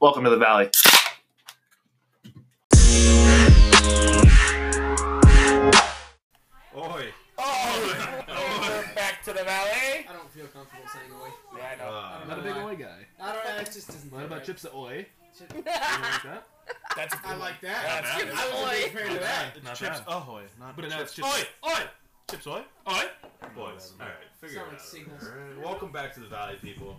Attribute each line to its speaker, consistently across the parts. Speaker 1: Welcome to the Valley.
Speaker 2: Oi.
Speaker 3: Oh, we're back to the valley.
Speaker 4: I don't feel comfortable saying oi.
Speaker 3: Yeah, I know.
Speaker 2: Uh,
Speaker 4: I'm
Speaker 2: I
Speaker 4: not
Speaker 5: Not a big oi guy.
Speaker 4: I don't know. It just doesn't.
Speaker 5: What about Chips the Oi?
Speaker 4: Chip-
Speaker 5: Something like that?
Speaker 3: That's a good
Speaker 4: I
Speaker 3: one.
Speaker 4: like that.
Speaker 3: Yeah, that's
Speaker 4: I
Speaker 3: good.
Speaker 4: was a big fan of that.
Speaker 2: Not
Speaker 5: Chips
Speaker 2: bad.
Speaker 5: Ahoy. Not
Speaker 2: But
Speaker 5: but
Speaker 2: it
Speaker 5: now it's
Speaker 2: chips.
Speaker 5: Chips
Speaker 2: Oi, oi.
Speaker 5: Chips Oi?
Speaker 2: Oi.
Speaker 5: Boys.
Speaker 2: Boys. All right. Figure
Speaker 4: Sound
Speaker 2: it
Speaker 4: like
Speaker 2: out.
Speaker 4: signals.
Speaker 2: Alright, Welcome back to the Valley, people.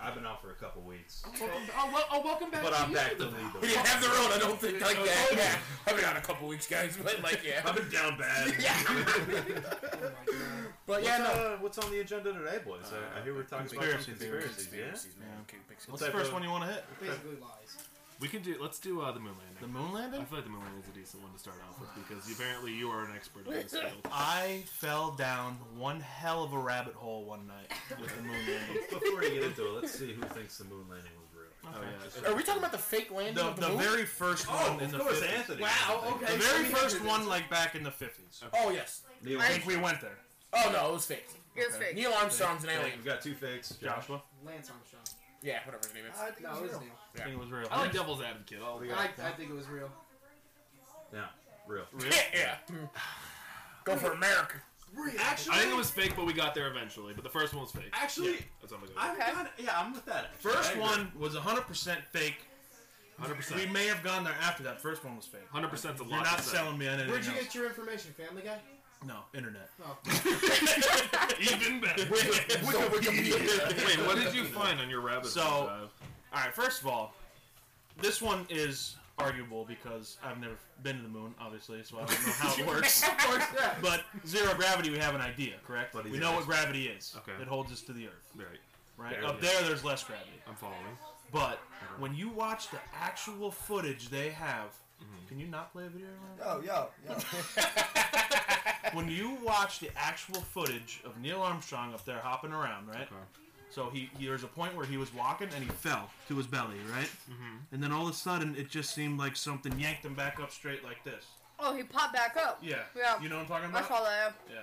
Speaker 2: I've been out for a couple weeks,
Speaker 5: Welcome, oh, well, oh, welcome back
Speaker 2: but
Speaker 5: to
Speaker 2: I'm
Speaker 5: you.
Speaker 2: back to lead the way.
Speaker 3: We didn't have their own. I don't think like that.
Speaker 2: Oh,
Speaker 3: Yeah, I've been out a couple weeks, guys, but like yeah.
Speaker 2: I've been down bad.
Speaker 4: Oh my god.
Speaker 3: But
Speaker 2: What's,
Speaker 3: yeah, no.
Speaker 2: uh, what's on the agenda today, boys? I, I hear we're talking
Speaker 5: conspiracy
Speaker 2: about some conspiracies.
Speaker 3: Conspiracies, man. Okay, big
Speaker 5: What's
Speaker 3: conspiracy.
Speaker 5: the first one you want to hit?
Speaker 4: Basically lies.
Speaker 5: We can do. Let's do uh, the moon landing.
Speaker 2: The moon
Speaker 5: I
Speaker 2: landing?
Speaker 5: feel like the moon landing is a decent one to start off with because apparently you are an expert on this field.
Speaker 6: I fell down one hell of a rabbit hole one night with the moon landing.
Speaker 2: Before we get into it, let's see who thinks the moon landing was real.
Speaker 5: Oh yeah. it's-
Speaker 3: Are we talking about the fake landing
Speaker 6: The,
Speaker 3: of the,
Speaker 6: the
Speaker 3: moon?
Speaker 6: very first one
Speaker 2: Oh,
Speaker 6: in
Speaker 2: of
Speaker 6: the
Speaker 2: course,
Speaker 6: 50s.
Speaker 2: Anthony.
Speaker 4: Wow, okay.
Speaker 6: The very
Speaker 4: We
Speaker 6: first
Speaker 4: did
Speaker 6: one,
Speaker 4: this.
Speaker 6: like back in the 50s.
Speaker 3: oh yes.
Speaker 2: Neil,
Speaker 6: I think we went there.
Speaker 3: Oh no, it was fake.
Speaker 7: It was fake.
Speaker 3: Neil Armstrong's an alien.
Speaker 2: we've got two fakes. Josh.
Speaker 5: Joshua.
Speaker 4: Lance Armstrong.
Speaker 3: Yeah, whatever his name is.
Speaker 4: No, it was Neil.
Speaker 6: I think it was real.
Speaker 5: I like Devil's Advocate. I'll
Speaker 4: I, I think it was real.
Speaker 2: Yeah, real.
Speaker 3: Yeah. Hmm. Go for America.
Speaker 4: Real.
Speaker 2: Actually,
Speaker 5: I think it was fake, but we got there eventually. But the first one was fake.
Speaker 2: Actually,
Speaker 5: Yeah, that's what I'm gonna go.
Speaker 2: I'm
Speaker 5: with.
Speaker 7: Okay.
Speaker 2: kinda, yeah, I'm with that. actually. I
Speaker 6: First
Speaker 2: agree.
Speaker 6: one was 100% fake.
Speaker 5: 100%.
Speaker 6: We may have gone there after that. First one was fake.
Speaker 5: 100% is a lot.
Speaker 6: You're not
Speaker 5: to say.
Speaker 6: selling me on anything
Speaker 4: Where'd you
Speaker 6: else.
Speaker 4: get your information, Family Guy?
Speaker 6: No, internet.
Speaker 4: Oh,
Speaker 5: Even better. Wait, what did you find on your rabbit
Speaker 6: So-
Speaker 5: hole? Jive?
Speaker 6: All right, first of all, this one is arguable because I've never been to the moon, obviously, so I don't know how it works.
Speaker 4: of course, yeah.
Speaker 6: But zero gravity, we have an idea, correct?
Speaker 2: But
Speaker 6: we
Speaker 2: he's
Speaker 6: know
Speaker 2: right.
Speaker 6: what gravity is.
Speaker 5: Okay.
Speaker 6: It holds us to the earth,
Speaker 5: Right.
Speaker 6: right?
Speaker 2: Barely.
Speaker 6: Up there, there's less gravity.
Speaker 5: I'm following.
Speaker 6: But when you watch the actual footage they have, can you not play a video? Around?
Speaker 8: Yo, yo, yo.
Speaker 6: When you watch the actual footage of Neil Armstrong up there hopping around, right?
Speaker 5: Okay.
Speaker 6: So he, he there's a point where he was walking and he fell to his belly, right? Mm-hmm. And then all of a sudden, it just seemed like something yanked him back up straight like this.
Speaker 7: Oh, he popped back up.
Speaker 6: Yeah.
Speaker 7: Yeah.
Speaker 6: You know what I'm talking
Speaker 7: I
Speaker 6: about?
Speaker 7: saw that.
Speaker 6: Yeah.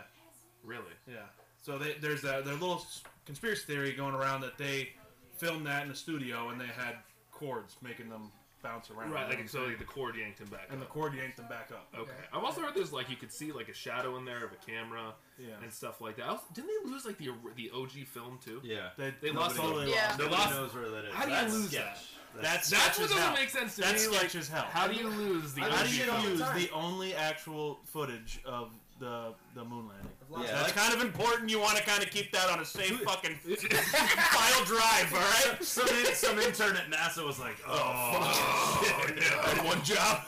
Speaker 5: Really?
Speaker 6: Yeah. So they, there's that their little s- conspiracy theory going around that they filmed that in the studio and they had cords making them bounce around.
Speaker 5: Right, like Oh. so like the cord yanked him back.
Speaker 6: and the
Speaker 5: up.
Speaker 6: cord yanked them back up.
Speaker 5: Okay. I've also heard there's like you could see like a shadow in there of a camera
Speaker 6: Yeah.
Speaker 5: and stuff like that. I was- didn't they lose like the or- the OG film too?
Speaker 2: Yeah.
Speaker 6: They,
Speaker 5: They
Speaker 6: they
Speaker 5: lost
Speaker 6: lost totally
Speaker 7: Yeah.
Speaker 6: lost.
Speaker 5: They
Speaker 2: Nobody
Speaker 5: lost-
Speaker 2: knows where that is.
Speaker 5: How do you
Speaker 2: That's
Speaker 5: lose
Speaker 2: sketch.
Speaker 6: That.
Speaker 2: That's-
Speaker 6: That's
Speaker 5: That's what
Speaker 6: sketches
Speaker 5: doesn't
Speaker 6: hell.
Speaker 5: make sense to
Speaker 6: That's
Speaker 5: me. Like,
Speaker 6: sketch as hell.
Speaker 5: how do you lose the?
Speaker 4: I
Speaker 6: How
Speaker 5: OG
Speaker 6: do you
Speaker 4: shit all the
Speaker 6: use
Speaker 4: time.
Speaker 6: the only actual footage of the the moon landing?
Speaker 4: I've lost
Speaker 2: Yeah. like-
Speaker 6: That's kind of important. You want to kind of keep that on a safe fucking file drive, all right?
Speaker 2: some, in, some intern at NASA was like, oh,
Speaker 6: Had one job.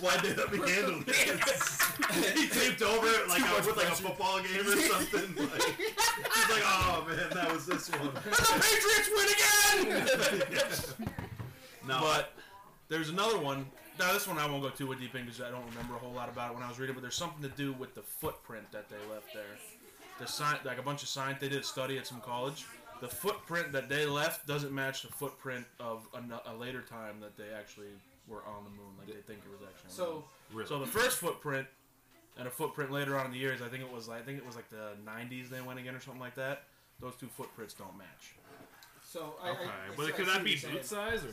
Speaker 2: why did that be handled? he taped over it like I was with like a football game or something. Like, he's like, oh man, that was this one.
Speaker 6: the Patriots win again.
Speaker 2: No,
Speaker 6: But there's another one. Now this one I won't go too deep in because I don't remember a whole lot about it when I was reading. But there's something to do with the footprint that they left there. The sci- like a bunch of science they did a study at some college. The footprint that they left doesn't match the footprint of a, no- a later time that they actually were on the moon. Like they think it was actually. on the moon.
Speaker 4: So,
Speaker 5: Really?
Speaker 6: So the first footprint and a footprint later on in the years, I think it was like, I think it was like the 90s they went again or something like that. Those two footprints don't match.
Speaker 4: so I.
Speaker 5: Okay,
Speaker 4: I,
Speaker 5: but
Speaker 4: I,
Speaker 5: could
Speaker 4: I see
Speaker 5: that
Speaker 4: what
Speaker 5: be
Speaker 4: you're saying.
Speaker 5: boot size or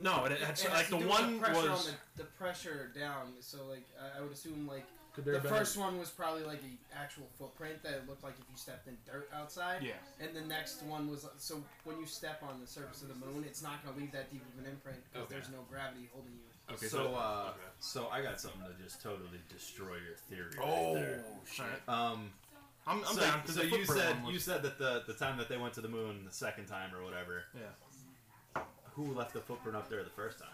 Speaker 5: no?
Speaker 6: No, it, it's
Speaker 4: It has
Speaker 6: like
Speaker 4: to
Speaker 6: the
Speaker 4: do with
Speaker 6: one
Speaker 4: the pressure
Speaker 6: was
Speaker 4: on the, the pressure down. So like I, I would assume like
Speaker 5: Could
Speaker 4: the first one was probably like a actual footprint that it looked like if you stepped in dirt outside.
Speaker 6: yeah.
Speaker 4: And the next one was uh, so when you step on the surface of the moon, it's not going to leave that deep of an imprint because
Speaker 5: Okay.
Speaker 4: there's no gravity holding you.
Speaker 5: Okay, so,
Speaker 2: so uh,
Speaker 5: okay.
Speaker 2: so I got something to just totally destroy your theory.
Speaker 3: Oh
Speaker 2: right there.
Speaker 3: shit.
Speaker 6: Alright.
Speaker 2: Um,
Speaker 6: I'm, I'm
Speaker 2: so,
Speaker 6: down. 'cause
Speaker 2: so
Speaker 6: the
Speaker 2: you
Speaker 6: footprint
Speaker 2: said
Speaker 6: one was-
Speaker 2: you said that the the time that they went to the moon the second time or whatever,
Speaker 6: yeah.
Speaker 2: who left the footprint up there the first time?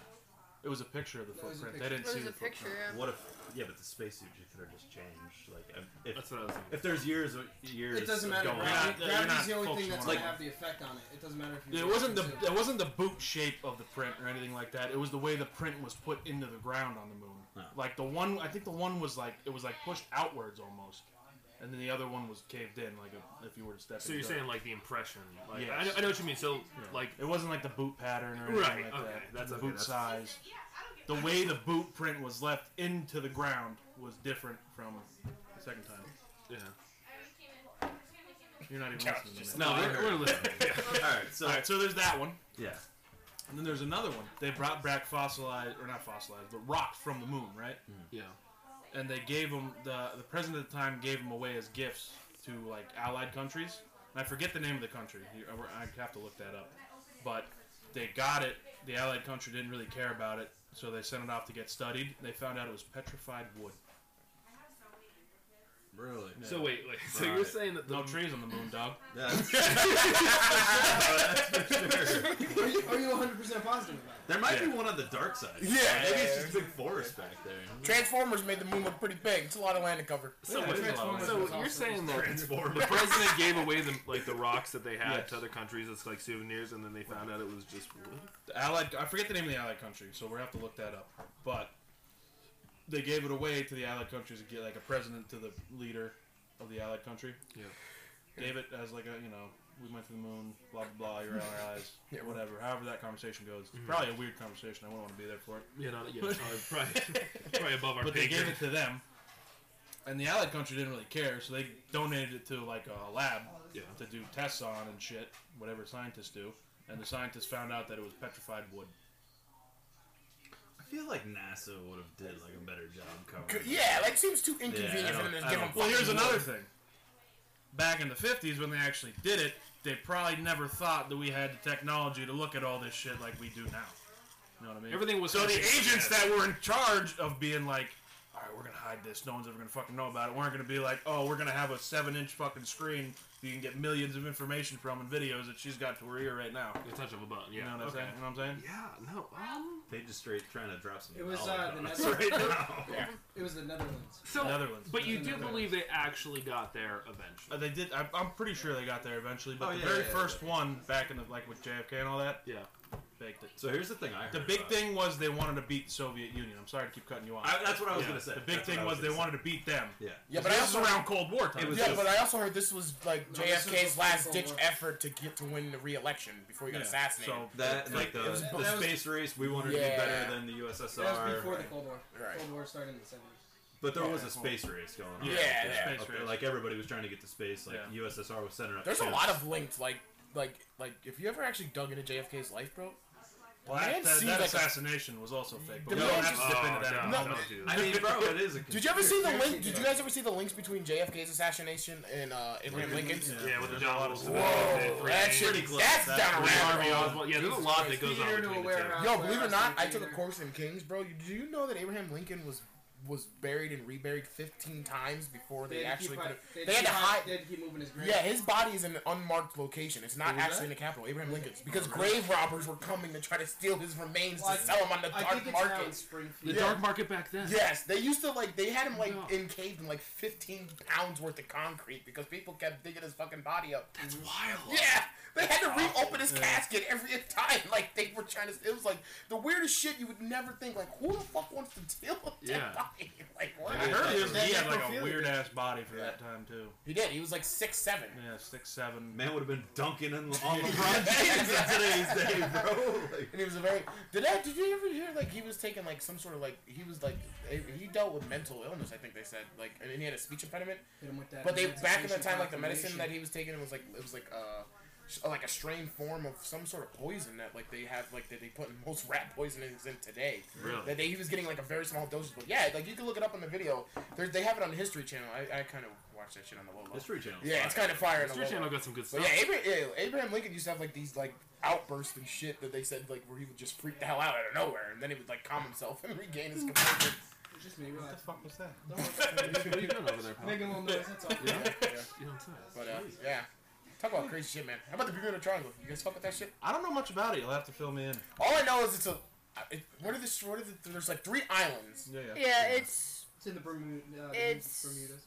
Speaker 6: It was a picture of the
Speaker 4: That was a
Speaker 6: footprint. They
Speaker 4: picture.
Speaker 6: didn't
Speaker 7: There
Speaker 6: see
Speaker 7: was
Speaker 6: the
Speaker 7: a picture.
Speaker 6: footprint.
Speaker 7: yeah.
Speaker 2: What if? Yeah, but the spacesuit you could have just changed. Like, if,
Speaker 5: that's what I was thinking.
Speaker 2: if there's years of- years,
Speaker 4: It doesn't
Speaker 2: of
Speaker 4: matter.
Speaker 2: Going
Speaker 6: We're
Speaker 4: Gravity,
Speaker 6: not- you're
Speaker 4: gravity's
Speaker 6: not
Speaker 4: the only thing
Speaker 6: focused
Speaker 4: that's
Speaker 6: on
Speaker 4: going
Speaker 6: it.
Speaker 4: to have the effect on it. It doesn't matter if you.
Speaker 6: It
Speaker 4: rotate
Speaker 6: wasn't the
Speaker 4: it.
Speaker 6: it wasn't the boot shape of the print or anything like that. It was the way the print was put into the ground on the moon.
Speaker 2: Oh.
Speaker 6: Like the one, I think the one was like it was like pushed outwards almost, and then the other one was caved in. Like if, if you were to step.
Speaker 5: So
Speaker 6: in
Speaker 5: you're
Speaker 6: dirt.
Speaker 5: saying like the impression? Like,
Speaker 6: Yes.
Speaker 5: I, know, I know what you mean. So like,
Speaker 6: It wasn't like the boot pattern or anything
Speaker 5: Right,
Speaker 6: like
Speaker 5: okay,
Speaker 6: that.
Speaker 5: that's
Speaker 6: the
Speaker 5: okay,
Speaker 6: boot
Speaker 5: that's-
Speaker 6: size. The way the boot print was left into the ground was different from the second time.
Speaker 5: yeah.
Speaker 6: You're not even
Speaker 3: Josh
Speaker 6: listening.
Speaker 3: just-
Speaker 6: to me.
Speaker 5: No,
Speaker 2: I
Speaker 5: we're,
Speaker 2: heard
Speaker 5: we're
Speaker 2: it.
Speaker 5: listening.
Speaker 2: All right, so
Speaker 6: All right, so there's that one.
Speaker 2: yeah,
Speaker 6: And then there's another one. They brought back fossilized, or not fossilized, but rocks from the moon, right?
Speaker 4: Yeah.
Speaker 6: And they gave them the the president at the time gave them away as gifts to like allied countries. And I forget the name of the country. You- I have to look that up. But they got it. The allied country didn't really care about it, so they sent it off to get studied. They found out it was petrified wood.
Speaker 2: Really?
Speaker 1: So wait, wait. So
Speaker 2: Right.
Speaker 1: you're saying that the
Speaker 6: No trees on the moon, dog.
Speaker 2: That's, that's for sure.
Speaker 4: Are you, are you 100 percent positive about
Speaker 2: There might be
Speaker 6: Yeah.
Speaker 2: one on the dark side.
Speaker 3: Yeah.
Speaker 2: Maybe it's just a big forest back there.
Speaker 3: Transformers made the moon look pretty big. It's a lot of land to cover.
Speaker 1: so,
Speaker 6: Yeah,
Speaker 1: wait,
Speaker 6: Transformers
Speaker 1: so
Speaker 4: was
Speaker 1: you're
Speaker 4: awesome.
Speaker 1: saying that
Speaker 2: Transformers.
Speaker 1: the president gave away the like the rocks that they had
Speaker 6: Yes.
Speaker 1: to other countries as like souvenirs, and then they found out it was just wood.
Speaker 6: The Allied, I forget the name of the Allied country, so we're gonna have to look that up. But they gave it away to the Allied countries to get like a president to the leader of the Allied country.
Speaker 1: Yeah.
Speaker 6: Gave it as like a you know we went to the moon, blah blah blah. You're our allies,
Speaker 3: Yeah.
Speaker 6: whatever. However that conversation goes, it's probably a weird conversation. I wouldn't want to be there for it.
Speaker 1: You know, yeah, probably, probably, probably above our
Speaker 6: But
Speaker 1: pay
Speaker 6: they gave
Speaker 1: grade.
Speaker 6: it to them, and the Allied country didn't really care, so they donated it to like a lab
Speaker 1: Yeah.
Speaker 6: to do tests on and shit, whatever scientists do. And the scientists found out that it was petrified wood.
Speaker 2: I feel like NASA would have did like a better job
Speaker 3: C-
Speaker 2: covering.
Speaker 3: Yeah, like seems too
Speaker 2: Yeah, I
Speaker 3: inconvenient for
Speaker 2: don't-
Speaker 3: them to
Speaker 2: I
Speaker 3: just give
Speaker 2: don't-
Speaker 3: them.
Speaker 6: Well, here's another thing. Back in the 50s, when they actually did it, they probably never thought that we had the technology to look at all this shit like we do now. You know what I mean?
Speaker 1: Everything was
Speaker 6: so the
Speaker 1: such a-
Speaker 6: agents that were in charge of being like, all right, we're gonna hide this. No one's ever gonna fucking know about it. We're not gonna be like, oh, we're gonna have a seven-inch fucking screen that you can get millions of information from and videos that she's got to her ear right now.
Speaker 1: A touch of a button.
Speaker 6: You know
Speaker 1: Yeah.
Speaker 6: what I'm
Speaker 1: okay.
Speaker 6: saying? You know what I'm saying?
Speaker 1: Yeah. No. Um.
Speaker 2: They just straight trying to drop some.
Speaker 4: It was,
Speaker 2: knowledge
Speaker 4: uh,
Speaker 2: on
Speaker 4: the
Speaker 2: us
Speaker 4: Netherlands.
Speaker 2: right now.
Speaker 4: it? It was the Netherlands.
Speaker 1: So,
Speaker 6: The other ones.
Speaker 1: but you
Speaker 4: The
Speaker 1: do
Speaker 4: other
Speaker 1: believe they actually got there
Speaker 6: Uh,
Speaker 1: eventually.
Speaker 6: they did. I, I'm pretty sure they got there eventually, but
Speaker 2: Oh,
Speaker 6: the
Speaker 2: yeah,
Speaker 6: very
Speaker 2: yeah, yeah,
Speaker 6: first one back in the like with JFK and all that,
Speaker 1: Yeah.
Speaker 6: baked it.
Speaker 2: So here's the thing I heard.
Speaker 6: The big
Speaker 2: about.
Speaker 6: thing was they wanted to beat Soviet Union. I'm sorry to keep cutting you off.
Speaker 2: I, that's what I was
Speaker 1: Yeah.
Speaker 2: gonna say.
Speaker 6: the big
Speaker 2: That's
Speaker 6: thing
Speaker 2: what I
Speaker 6: was they
Speaker 2: gonna
Speaker 6: wanted to beat them.
Speaker 2: say. Yeah.
Speaker 3: Yeah, but I
Speaker 6: this is
Speaker 3: also
Speaker 6: around Cold War time.
Speaker 2: It was
Speaker 3: yeah,
Speaker 2: just-
Speaker 3: but I also heard this was like
Speaker 4: No, this is
Speaker 3: JFK's
Speaker 4: before
Speaker 3: last
Speaker 4: Cold
Speaker 3: ditch
Speaker 4: War.
Speaker 3: effort to get to win the re-election before he got
Speaker 6: Yeah,
Speaker 3: assassinated.
Speaker 6: So
Speaker 2: That and, like
Speaker 6: It
Speaker 2: the,
Speaker 6: was-
Speaker 2: the
Speaker 4: that was-
Speaker 2: space race, we wanted to do
Speaker 3: Yeah.
Speaker 2: better than the
Speaker 4: That was
Speaker 2: USSR.
Speaker 4: before the Cold War.
Speaker 3: Right.
Speaker 4: Cold War started in the 70s.
Speaker 2: But there was
Speaker 6: Yeah.
Speaker 2: a space race going on.
Speaker 3: Yeah,
Speaker 2: Like,
Speaker 3: yeah.
Speaker 6: Space
Speaker 2: up
Speaker 6: race.
Speaker 2: there, like everybody was trying to get to space. Like
Speaker 6: Yeah.
Speaker 2: USSR was setting up.
Speaker 3: There's a
Speaker 2: camps.
Speaker 3: lot of linked like like like if you ever actually dug into JFK's life, bro.
Speaker 6: well,
Speaker 3: Man
Speaker 6: that, that,
Speaker 3: seemed
Speaker 6: that
Speaker 3: like a-
Speaker 6: assassination was also fake. But
Speaker 3: The
Speaker 6: we don't
Speaker 3: man
Speaker 6: have to
Speaker 3: just-
Speaker 6: dip into that.
Speaker 3: no,
Speaker 1: No,
Speaker 3: no.
Speaker 1: don't do
Speaker 2: I
Speaker 1: that.
Speaker 2: mean, bro, it is a.
Speaker 3: Did you ever see the link?
Speaker 4: Conspiracy
Speaker 3: Did you guys ever see the links between JFK's assassination and uh, Abraham Lincoln's?
Speaker 1: Yeah, with the John
Speaker 6: lot of
Speaker 1: Wilson.
Speaker 6: stuff.
Speaker 3: Whoa, that shit,
Speaker 2: Pretty close.
Speaker 3: that's
Speaker 2: That's
Speaker 3: down a
Speaker 1: Lee
Speaker 3: rabbit
Speaker 1: Harvey
Speaker 3: hole.
Speaker 1: Oswald. Yeah, there's a lot that goes on
Speaker 4: Theater to
Speaker 1: between the
Speaker 4: aware
Speaker 1: two.
Speaker 4: of-
Speaker 3: Yo, believe it or not, I
Speaker 4: Warehouse
Speaker 3: took a
Speaker 4: theater.
Speaker 3: course in Kings, bro. You, do you know that Abraham Lincoln was was buried and reburied 15 times before they,
Speaker 4: had to
Speaker 3: actually
Speaker 4: keep
Speaker 3: put
Speaker 4: hi-
Speaker 3: it, they had to
Speaker 4: keep hi-
Speaker 3: hide.
Speaker 4: They had to keep moving his grave.
Speaker 3: Yeah, his body is in an unmarked location. It's not
Speaker 4: Who was
Speaker 3: actually
Speaker 4: that?
Speaker 3: in the Capitol, Abraham Lincoln's, because grave robbers were coming to try to steal his remains
Speaker 4: Well, I-
Speaker 3: to sell him on the
Speaker 4: I think
Speaker 3: dark
Speaker 4: it's now in
Speaker 3: market.
Speaker 1: The
Speaker 4: Springfield.
Speaker 3: Yeah.
Speaker 1: dark market back then.
Speaker 3: Yes, they used to like they had him like
Speaker 1: No.
Speaker 3: encaved in like 15 pounds worth of concrete because people kept digging his fucking body up.
Speaker 1: That's wild.
Speaker 3: Yeah, they had to reopen his casket every time. Like they were trying to. It was like the weirdest shit you would never think. Like who the fuck wants to deal with that
Speaker 1: Yeah.
Speaker 3: body? Like
Speaker 6: I
Speaker 3: what?
Speaker 6: heard he, was,
Speaker 4: That
Speaker 6: he had like a
Speaker 4: necrophilia
Speaker 6: weird ass body for
Speaker 3: Yeah.
Speaker 6: that time too.
Speaker 3: He did. He was like six seven.
Speaker 6: Yeah, six seven.
Speaker 2: man would have been dunking in, on LeBron James in today's day, bro. Like,
Speaker 3: And he was a very. Did that? Did you ever hear like he was taking like some sort of like he was like he dealt with mental illness. I think they said like and he had a speech impediment.
Speaker 4: Hit him with that
Speaker 3: But they
Speaker 4: emancipation
Speaker 3: back in that time like the medicine
Speaker 4: proclamation.
Speaker 3: that he was taking was like it was like uh. sh- Like a strained form of some sort of poison that, like, they have, like, that they put in most rat poisonings in today.
Speaker 1: Really?
Speaker 3: that they, he was getting like a very small dosage. But yeah, like you can look it up on the video. There's, they have it on the History Channel. I, I kind of watch that shit on the low low.
Speaker 2: History Channel.
Speaker 3: Yeah, it's kind of fire. on the
Speaker 1: History
Speaker 3: low
Speaker 1: Channel
Speaker 3: low.
Speaker 1: got some good stuff.
Speaker 3: But yeah, Abraham, yeah, Abraham Lincoln used to have like these like outbursts and shit that they said like where he would just freak the hell out out of nowhere, and then he would like calm himself and regain his composure.
Speaker 4: It just made me
Speaker 6: What the
Speaker 4: laugh.
Speaker 6: fuck was that?
Speaker 4: Don't worry.
Speaker 1: What are you doing over there, pal?
Speaker 4: Making a little noise, that's all.
Speaker 1: Yeah.
Speaker 3: Yeah.
Speaker 1: You don't say.
Speaker 3: But uh, yeah, talk about crazy shit, man. How about the Bermuda Triangle? You guys fuck with that shit?
Speaker 6: I don't know much about it. You'll have to fill me in.
Speaker 3: All I know is it's a. I- It, what are the what are the? There's like three islands.
Speaker 6: Yeah, yeah.
Speaker 7: Yeah, it's
Speaker 4: It's in the Bermuda. Uh, the
Speaker 7: It's-
Speaker 4: Bermudas.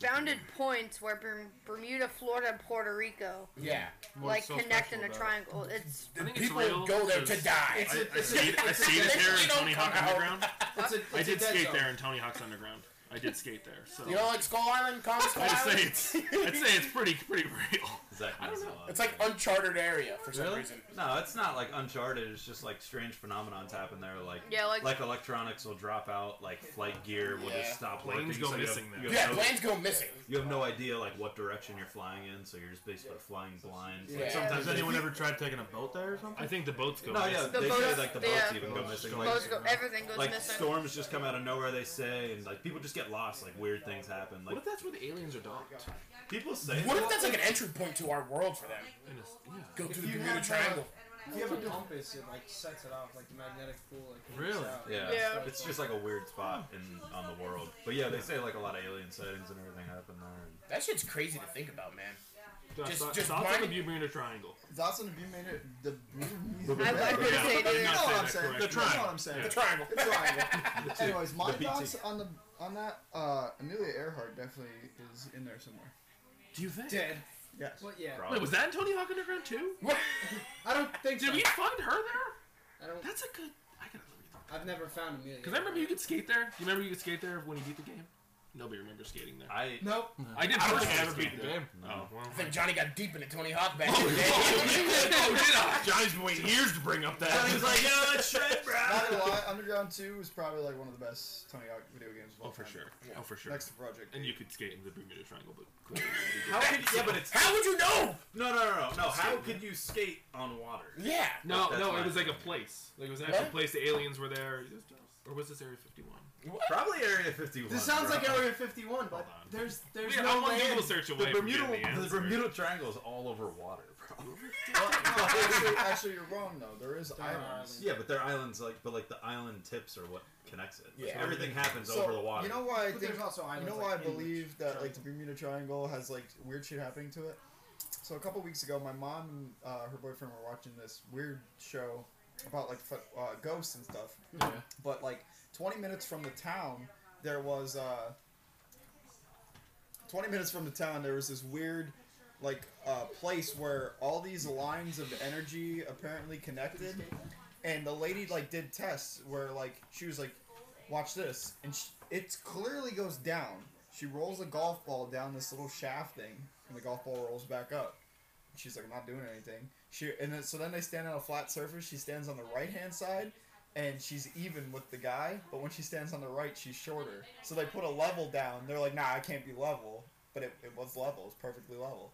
Speaker 7: bounded points where Berm- Bermuda, Florida, and Puerto Rico
Speaker 3: Yeah,
Speaker 6: What's
Speaker 7: like
Speaker 6: so
Speaker 7: connect
Speaker 6: special
Speaker 7: in a
Speaker 6: about it?
Speaker 7: triangle. It's
Speaker 1: I think it's
Speaker 3: people
Speaker 1: real,
Speaker 3: go there to
Speaker 1: 'cause
Speaker 3: die.
Speaker 4: It's a, it's a,
Speaker 1: I skated I skated
Speaker 3: They
Speaker 1: there in
Speaker 3: don't
Speaker 1: Tony
Speaker 3: come
Speaker 1: Hawk
Speaker 3: out.
Speaker 1: Underground.
Speaker 4: it's a, it's
Speaker 1: I
Speaker 4: a
Speaker 1: did
Speaker 4: dead
Speaker 1: skate
Speaker 4: zone.
Speaker 1: there in Tony Hawk's Underground. I did skate there, so
Speaker 3: You know, like Skull Island, Comic Skull
Speaker 1: I'd
Speaker 3: Island.
Speaker 1: say it's I'd say it's pretty pretty real.
Speaker 2: Zach knows a lot.
Speaker 3: It's like uncharted area for some
Speaker 6: Really?
Speaker 3: reason.
Speaker 2: No, it's not like Uncharted. It's just like strange phenomenons happen there. Like
Speaker 7: Yeah, like-
Speaker 2: electronics will drop out. Like flight gear will
Speaker 3: Yeah.
Speaker 2: just stop
Speaker 5: Planes
Speaker 2: working.
Speaker 5: go
Speaker 2: so you have-
Speaker 5: missing there.
Speaker 2: You have,
Speaker 3: Yeah,
Speaker 2: no,
Speaker 3: planes go missing.
Speaker 2: you have no idea like what direction you're flying in, so you're just basically flying blind. Like,
Speaker 3: Yeah.
Speaker 6: Has
Speaker 2: sometimes they-
Speaker 6: anyone ever tried taking a boat there or something?
Speaker 5: I think the boats go.
Speaker 2: No,
Speaker 5: missing.
Speaker 2: yeah,
Speaker 7: The
Speaker 2: they say
Speaker 7: boats-
Speaker 2: like the boats
Speaker 7: yeah.
Speaker 2: even go missing. Like,
Speaker 7: Boats go, everything goes
Speaker 2: like
Speaker 7: missing.
Speaker 2: storms just come out of nowhere. They say, and like people just get lost. Like weird things happen.
Speaker 1: What
Speaker 2: Like
Speaker 1: if that's where the aliens are docked?
Speaker 2: people say.
Speaker 3: What if that's like an entry point to our world for them?
Speaker 1: In a s- yeah.
Speaker 3: Go to the
Speaker 4: you
Speaker 3: Bermuda
Speaker 4: have,
Speaker 3: Triangle.
Speaker 4: If you have a compass, it like sets it off like the magnetic pool. Like it
Speaker 6: Really?
Speaker 4: works Out.
Speaker 2: Yeah.
Speaker 7: Yeah.
Speaker 2: It's just like a weird spot in on the world. But yeah, they say like a lot of alien sightings and everything happen there. and-
Speaker 3: That shit's crazy to think about, man.
Speaker 1: Just,
Speaker 3: Just-
Speaker 1: thought-
Speaker 3: just
Speaker 1: thoughts on
Speaker 3: blind-
Speaker 1: the Bermuda Triangle.
Speaker 8: That's gonna be made it the.
Speaker 7: I, I couldn't
Speaker 1: Yeah,
Speaker 7: say
Speaker 1: I
Speaker 7: it
Speaker 1: did
Speaker 7: either.
Speaker 8: You know
Speaker 1: not say
Speaker 8: what I'm
Speaker 1: that
Speaker 8: saying?
Speaker 1: correctly.
Speaker 8: You know what I'm saying?
Speaker 3: The triangle.
Speaker 8: The triangle. Anyways, my
Speaker 2: The PT.
Speaker 8: thoughts on the on that uh, Amelia Earhart definitely is in there somewhere.
Speaker 1: Do you think?
Speaker 4: Dead.
Speaker 8: Yes.
Speaker 4: But yeah,
Speaker 1: Wait, was that in Tony Hawk Underground too?
Speaker 4: I don't think
Speaker 1: Did
Speaker 4: so.
Speaker 1: we find her there?
Speaker 4: I don't.
Speaker 1: That's a good. I gotta read that.
Speaker 4: I've never found Amelia.
Speaker 1: Because I remember you could skate there. You remember you could skate there when you beat the game? Nobody remembers skating there.
Speaker 2: I
Speaker 4: Nope.
Speaker 1: I did.
Speaker 6: I don't
Speaker 1: personally
Speaker 6: think I ever
Speaker 1: skate
Speaker 6: beat the
Speaker 1: there.
Speaker 6: game.
Speaker 1: Oh, well.
Speaker 3: I think Johnny got deep into Tony Hawk back in the day.
Speaker 1: oh, did I?
Speaker 5: Johnny's been waiting years to bring up that.
Speaker 2: Johnny's like, yo, it's shred, bro.
Speaker 8: Not gonna lie, Underground Two is probably like one of the best Tony Hawk video games. Of all
Speaker 1: Oh, for
Speaker 8: time.
Speaker 1: sure. Oh, for sure.
Speaker 8: Next to Project.
Speaker 1: And you could skate in the Bermuda Triangle, but clearly
Speaker 2: How could yeah, but it's
Speaker 3: How would you know?
Speaker 2: no, no, no, no, no. How could you skate on water?
Speaker 3: Yeah.
Speaker 1: no,
Speaker 2: That's
Speaker 1: no,
Speaker 2: my
Speaker 1: it was like a
Speaker 2: opinion.
Speaker 1: place. Like it was an actual
Speaker 3: What?
Speaker 1: place. The aliens were there, or was this Area 51?
Speaker 2: Probably Area 51.
Speaker 4: This sounds
Speaker 2: bro.
Speaker 4: like Area 51, but
Speaker 1: on.
Speaker 4: there's there's
Speaker 1: Yeah,
Speaker 4: no
Speaker 1: I'm one
Speaker 4: land.
Speaker 1: Google search away
Speaker 2: the
Speaker 1: from
Speaker 2: Bermuda.
Speaker 1: getting
Speaker 2: The,
Speaker 1: answer.
Speaker 2: Bermuda Triangle is all over water, bro.
Speaker 8: Well, no, actually, actually, you're wrong though. There is
Speaker 4: are
Speaker 8: islands.
Speaker 4: islands.
Speaker 2: yeah, but their islands, like, but like the island tips are what connects it. Like,
Speaker 3: Yeah.
Speaker 2: everything happens
Speaker 8: So,
Speaker 2: over the water.
Speaker 8: You know why I
Speaker 4: But
Speaker 8: think
Speaker 4: there's also
Speaker 8: you
Speaker 4: islands.
Speaker 8: know
Speaker 4: like,
Speaker 8: why I
Speaker 4: in the
Speaker 8: believe that like the
Speaker 4: triangle.
Speaker 8: Bermuda Triangle has like weird shit happening to it. So a couple weeks ago, my mom and uh, her boyfriend were watching this weird show about like fu- uh, ghosts and stuff. But like 20 minutes from the town, there was uh, 20 minutes from the town there was this weird like uh, place where all these lines of energy apparently connected and the lady like did tests where like she was like watch this and sh it clearly goes down she rolls a golf ball down this little shaft thing and the golf ball rolls back up And she's like i'm not doing anything she and then so then they stand on a flat surface she stands on the right hand side and she's even with the guy but when she stands on the right she's shorter so they put a level down they're like nah i can't be level but it, it was level it was perfectly level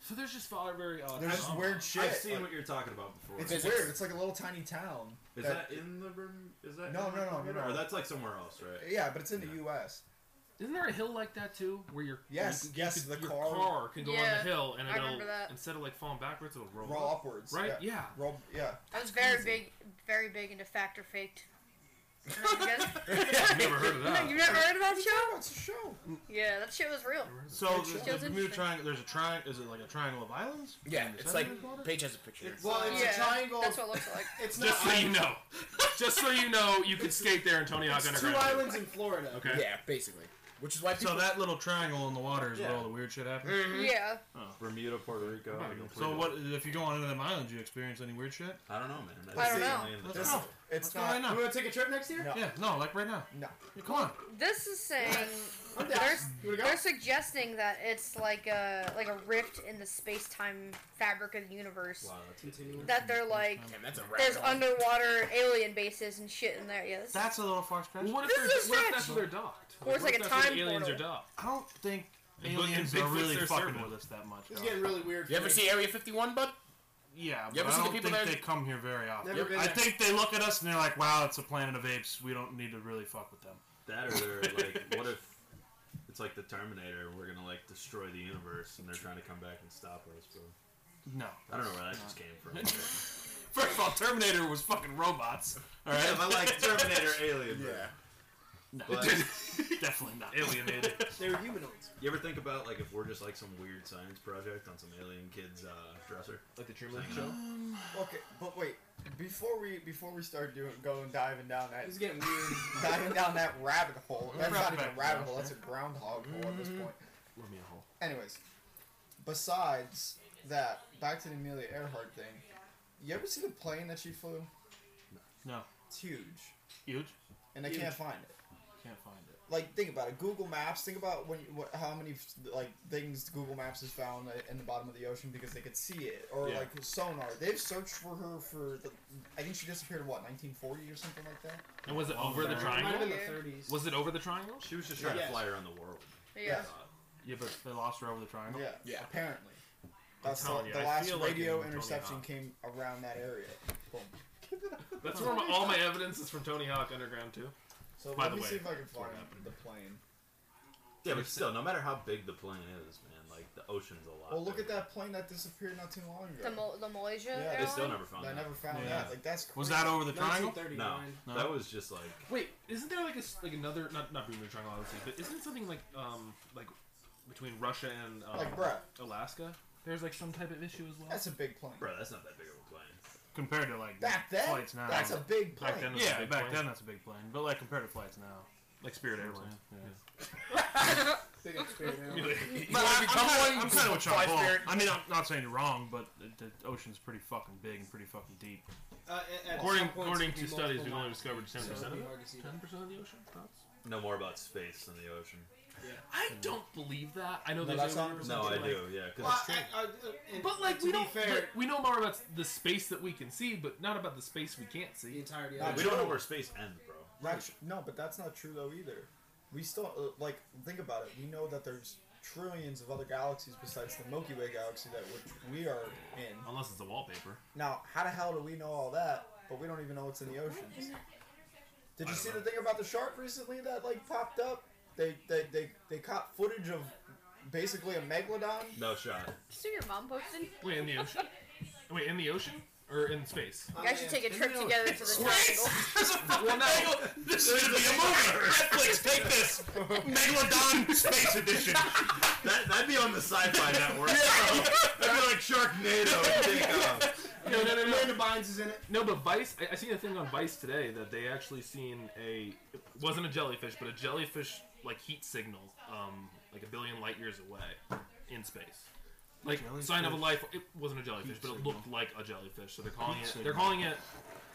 Speaker 1: So there's just far very uh, odd.
Speaker 8: there's just weird shit
Speaker 2: Oh. I've seen
Speaker 8: like,
Speaker 2: what you're talking about before.
Speaker 8: it's
Speaker 2: is
Speaker 3: Physics.
Speaker 8: weird it's like a little tiny town
Speaker 2: that in the room? Is that
Speaker 8: No,
Speaker 2: in
Speaker 8: no,
Speaker 2: the
Speaker 8: no,
Speaker 2: Bermuda?
Speaker 8: no, no.
Speaker 2: Or that's like somewhere else, right?
Speaker 8: yeah but it's in the us
Speaker 1: Isn't there a hill like that too, where your
Speaker 8: Yes,
Speaker 1: you, could-
Speaker 8: yes,
Speaker 1: you could-
Speaker 8: the
Speaker 1: your
Speaker 8: car-
Speaker 1: can go
Speaker 7: Yeah,
Speaker 1: on the hill and
Speaker 7: I
Speaker 1: it'll
Speaker 7: remember that.
Speaker 1: instead of like falling backwards, it'll roll.
Speaker 8: Roll
Speaker 1: up.
Speaker 8: upwards.
Speaker 1: Right?
Speaker 8: Yeah.
Speaker 1: Yeah.
Speaker 8: Roll, yeah.
Speaker 7: I was very big, very big into Factor Faked. You guys-
Speaker 1: I've never heard of that.
Speaker 7: You've never heard of that show?
Speaker 8: That's a show.
Speaker 7: Yeah, that shit was real.
Speaker 6: So the,
Speaker 7: Sounds
Speaker 6: the Bermuda
Speaker 7: interesting.
Speaker 6: Triangle, there's a triangle. Is it like a triangle of islands?
Speaker 3: Yeah,
Speaker 6: Is
Speaker 3: it's
Speaker 6: that
Speaker 3: like
Speaker 6: what it's called?
Speaker 3: Paige has a picture.
Speaker 4: Well, it's
Speaker 7: yeah,
Speaker 4: a triangle.
Speaker 7: That's what it looks like.
Speaker 4: It's not.
Speaker 1: Just so you
Speaker 4: islands.
Speaker 1: know, just so you know, you could skate there in Tony Hawk
Speaker 4: It's two
Speaker 1: Underground.
Speaker 4: islands in Florida.
Speaker 1: Okay.
Speaker 3: Yeah, basically. Which is why people.
Speaker 6: So that little triangle in the water is
Speaker 2: Yeah.
Speaker 6: where all the weird shit happens.
Speaker 7: Mm. Yeah.
Speaker 2: Bermuda, Puerto Rico.
Speaker 1: I'm gonna go
Speaker 6: So what if you go on into them islands? You experience any weird shit?
Speaker 2: I don't know, man. That's
Speaker 7: I don't
Speaker 2: the
Speaker 7: know.
Speaker 2: only in the
Speaker 6: Let's
Speaker 2: town.
Speaker 6: go.
Speaker 8: It's
Speaker 6: Go right
Speaker 8: not.
Speaker 4: You
Speaker 6: now.
Speaker 4: want to take a trip next year?
Speaker 8: No.
Speaker 6: Yeah, no, like right now.
Speaker 8: No.
Speaker 6: Yeah, come on.
Speaker 7: This is saying
Speaker 4: I'm down.
Speaker 7: they're,
Speaker 4: You wanna go?
Speaker 7: they're suggesting that it's like a like a rift in the space time fabric of the universe.
Speaker 2: Wow, that's
Speaker 4: Continue.
Speaker 7: That they're like
Speaker 3: Damn, that's a wrap.
Speaker 7: there's underwater alien bases and shit in there. Yes.
Speaker 6: That's a little far stretch.
Speaker 1: Well, what if,
Speaker 7: This
Speaker 1: they're-
Speaker 7: is
Speaker 1: what if
Speaker 7: stretch.
Speaker 1: that's where they're docked?
Speaker 7: Or
Speaker 1: what
Speaker 7: it's like
Speaker 1: if
Speaker 7: a
Speaker 1: that's where
Speaker 7: time
Speaker 1: the aliens
Speaker 7: portal.
Speaker 1: are docked.
Speaker 6: I don't think
Speaker 1: And Big-
Speaker 6: aliens
Speaker 1: and
Speaker 6: are
Speaker 1: Bigfoot's
Speaker 6: really
Speaker 1: their
Speaker 6: fucking
Speaker 1: servant.
Speaker 6: with us that much.
Speaker 4: It's
Speaker 6: though.
Speaker 4: getting really weird.
Speaker 3: You ever
Speaker 4: for
Speaker 3: see Area 51, bud?
Speaker 6: Yeah,
Speaker 3: You
Speaker 6: but
Speaker 3: ever
Speaker 6: I
Speaker 3: see the
Speaker 6: don't
Speaker 3: people
Speaker 6: think
Speaker 3: that-
Speaker 6: they come here very often.
Speaker 4: Never been
Speaker 6: I
Speaker 4: there.
Speaker 6: think they look at us and they're like, "Wow, it's a planet of apes. We don't need to really fuck with them."
Speaker 2: That or they're like, what if it's like the Terminator? We're gonna like destroy the universe, and they're trying to come back and stop us, bro.
Speaker 6: No.
Speaker 2: I don't know where that just came from.
Speaker 6: First of all, Terminator was fucking robots. All right,
Speaker 2: yeah, but like Terminator alien. Bro.
Speaker 6: No.
Speaker 2: But
Speaker 6: definitely not alienated.
Speaker 4: They were humanoids.
Speaker 2: you ever think about like if we're just like some weird science project on some alien kid's uh, dresser?
Speaker 1: Like the Truman Show.
Speaker 8: Okay, but wait. Before we before we start doing going diving down that
Speaker 4: It's getting weird.
Speaker 8: diving down that rabbit hole. That's not even
Speaker 6: Rabbit
Speaker 8: a rabbit
Speaker 6: hole,
Speaker 8: hole. That's a groundhog hole at this point.
Speaker 1: Let me a hole.
Speaker 8: Anyways, besides that, back to the Amelia Earhart thing. You ever see the plane that she flew?
Speaker 6: No.
Speaker 8: It's huge,
Speaker 6: Huge.
Speaker 8: and they
Speaker 4: Huge.
Speaker 8: can't find it.
Speaker 6: can't find it.
Speaker 8: like think about it. Google Maps. Think about when you, what, how many like things Google Maps has found in the bottom of the ocean because they could see it, or
Speaker 6: Yeah.
Speaker 8: like sonar. They've searched for her for the. I think she disappeared what 1940 or something like that.
Speaker 5: And was it over the
Speaker 4: Might
Speaker 6: Might
Speaker 4: have
Speaker 5: triangle?
Speaker 4: been the
Speaker 7: Yeah.
Speaker 4: 30s.
Speaker 5: Was it over the triangle?
Speaker 2: She was just trying
Speaker 4: Yes.
Speaker 2: to fly around the world.
Speaker 7: Yeah.
Speaker 6: Yeah, but they lost her over the triangle.
Speaker 8: Yeah,
Speaker 3: Yeah.
Speaker 8: apparently. That's the,
Speaker 5: telling you,
Speaker 8: the
Speaker 5: I
Speaker 8: last
Speaker 5: feel like
Speaker 8: radio
Speaker 5: in Tony
Speaker 8: interception
Speaker 5: Hawk.
Speaker 8: came around that area. Boom.
Speaker 5: That's where my, all my evidence is from Tony Hawk Underground too.
Speaker 8: So
Speaker 5: By
Speaker 8: let
Speaker 5: the
Speaker 8: me
Speaker 5: way,
Speaker 8: see if I can
Speaker 5: that's what
Speaker 8: find
Speaker 5: happened.
Speaker 8: the plane.
Speaker 2: Yeah, but still, no matter how big the plane is, man, like the ocean's a lot.
Speaker 8: Well, look at
Speaker 2: bigger.
Speaker 8: that plane that disappeared not too long ago.
Speaker 7: The, Mo- the Malaysia
Speaker 8: Yeah,
Speaker 7: airline?
Speaker 2: They still never found
Speaker 8: I
Speaker 2: that.
Speaker 8: never found
Speaker 6: Yeah.
Speaker 8: that. Like that's crazy.
Speaker 6: Was that over the triangle?
Speaker 4: 1939.
Speaker 2: No,
Speaker 6: No.
Speaker 2: that was just like
Speaker 5: Wait, isn't there like a s- like another not not Bermuda Triangle obviously, but isn't something like um like between Russia and um,
Speaker 8: Like, bruh.
Speaker 5: Alaska? There's like some type of issue as well.
Speaker 8: That's a big plane.
Speaker 2: Bro, that's not that big of a plane.
Speaker 6: Compared to like
Speaker 8: Back then,
Speaker 6: flights now.
Speaker 8: that's a big plane.
Speaker 5: Back then, it was a
Speaker 6: yeah,
Speaker 5: big
Speaker 6: back
Speaker 5: plane.
Speaker 6: then that's a big plane, but like compared to flights now.
Speaker 5: like Spirit Airlines.
Speaker 4: Big experiment.
Speaker 6: But I, am kind of,
Speaker 3: I'm
Speaker 6: I'm
Speaker 3: kinda
Speaker 6: kind of with Sean Paul. I mean, I'm not saying you're wrong, but the, the ocean's pretty fucking big and pretty fucking deep.
Speaker 4: Uh, at- at
Speaker 5: According
Speaker 4: some points,
Speaker 5: according
Speaker 4: it could
Speaker 5: to
Speaker 4: be
Speaker 5: studies,
Speaker 4: multiple
Speaker 5: we've only
Speaker 4: miles.
Speaker 5: discovered ten
Speaker 4: So
Speaker 5: percent
Speaker 4: it'd
Speaker 5: of
Speaker 4: be
Speaker 5: it.
Speaker 4: hard to see
Speaker 5: Ten
Speaker 4: that.
Speaker 5: percent of the ocean. Thoughts?
Speaker 2: Know more about space than the ocean.
Speaker 5: I don't believe that. I know
Speaker 8: No,
Speaker 5: there's
Speaker 8: that's
Speaker 5: over-
Speaker 8: 100%
Speaker 2: No, I
Speaker 8: Like-
Speaker 2: do. Yeah,
Speaker 4: Well,
Speaker 2: because
Speaker 4: I- I- I- and
Speaker 5: But like
Speaker 4: to
Speaker 5: we
Speaker 4: be
Speaker 5: don't,
Speaker 4: fair,
Speaker 5: but we know more about the space that we can see, but not about the space we can't
Speaker 4: the
Speaker 5: see.
Speaker 4: entirety
Speaker 8: Not
Speaker 4: of
Speaker 2: we
Speaker 4: it.
Speaker 2: don't know where space ends, bro.
Speaker 8: Not tr- no, but that's not true though either. We still uh, like think about it. We know that there's trillions of other galaxies besides the Milky Way galaxy that which we are in.
Speaker 5: Unless it's a wallpaper.
Speaker 8: Now, how the hell do we know all that? But we don't even know what's in the oceans. Did you see the thing about the shark recently that like popped up? They they they, they caught footage of basically a megalodon.
Speaker 2: No shot.
Speaker 7: So your mom posted?
Speaker 5: Wait, in the ocean? Wait, in the ocean? Or in space?
Speaker 7: You guys should take a trip
Speaker 4: Didn't know-
Speaker 7: together to the triangle.
Speaker 5: Uh, Well, no.
Speaker 6: This is gonna be a movie. Netflix, take this. Megalodon Space Edition.
Speaker 2: That, that'd be on the sci-fi network. yeah. That'd be like Sharknado. Take off.
Speaker 5: No, no, no, no.
Speaker 4: Amanda Bynes is in it.
Speaker 5: No, but Vice, I, I seen a thing on Vice today that they actually seen a, it wasn't a jellyfish, but a jellyfish, like, heat signal, um, like a billion light years away in space. Like, sign of a
Speaker 6: Jellyfish.
Speaker 5: life, it wasn't a jellyfish,
Speaker 6: Heat
Speaker 5: but it
Speaker 6: signal.
Speaker 5: looked like a jellyfish, so they're calling
Speaker 6: Heat
Speaker 5: it, they're
Speaker 6: signal.
Speaker 5: calling it,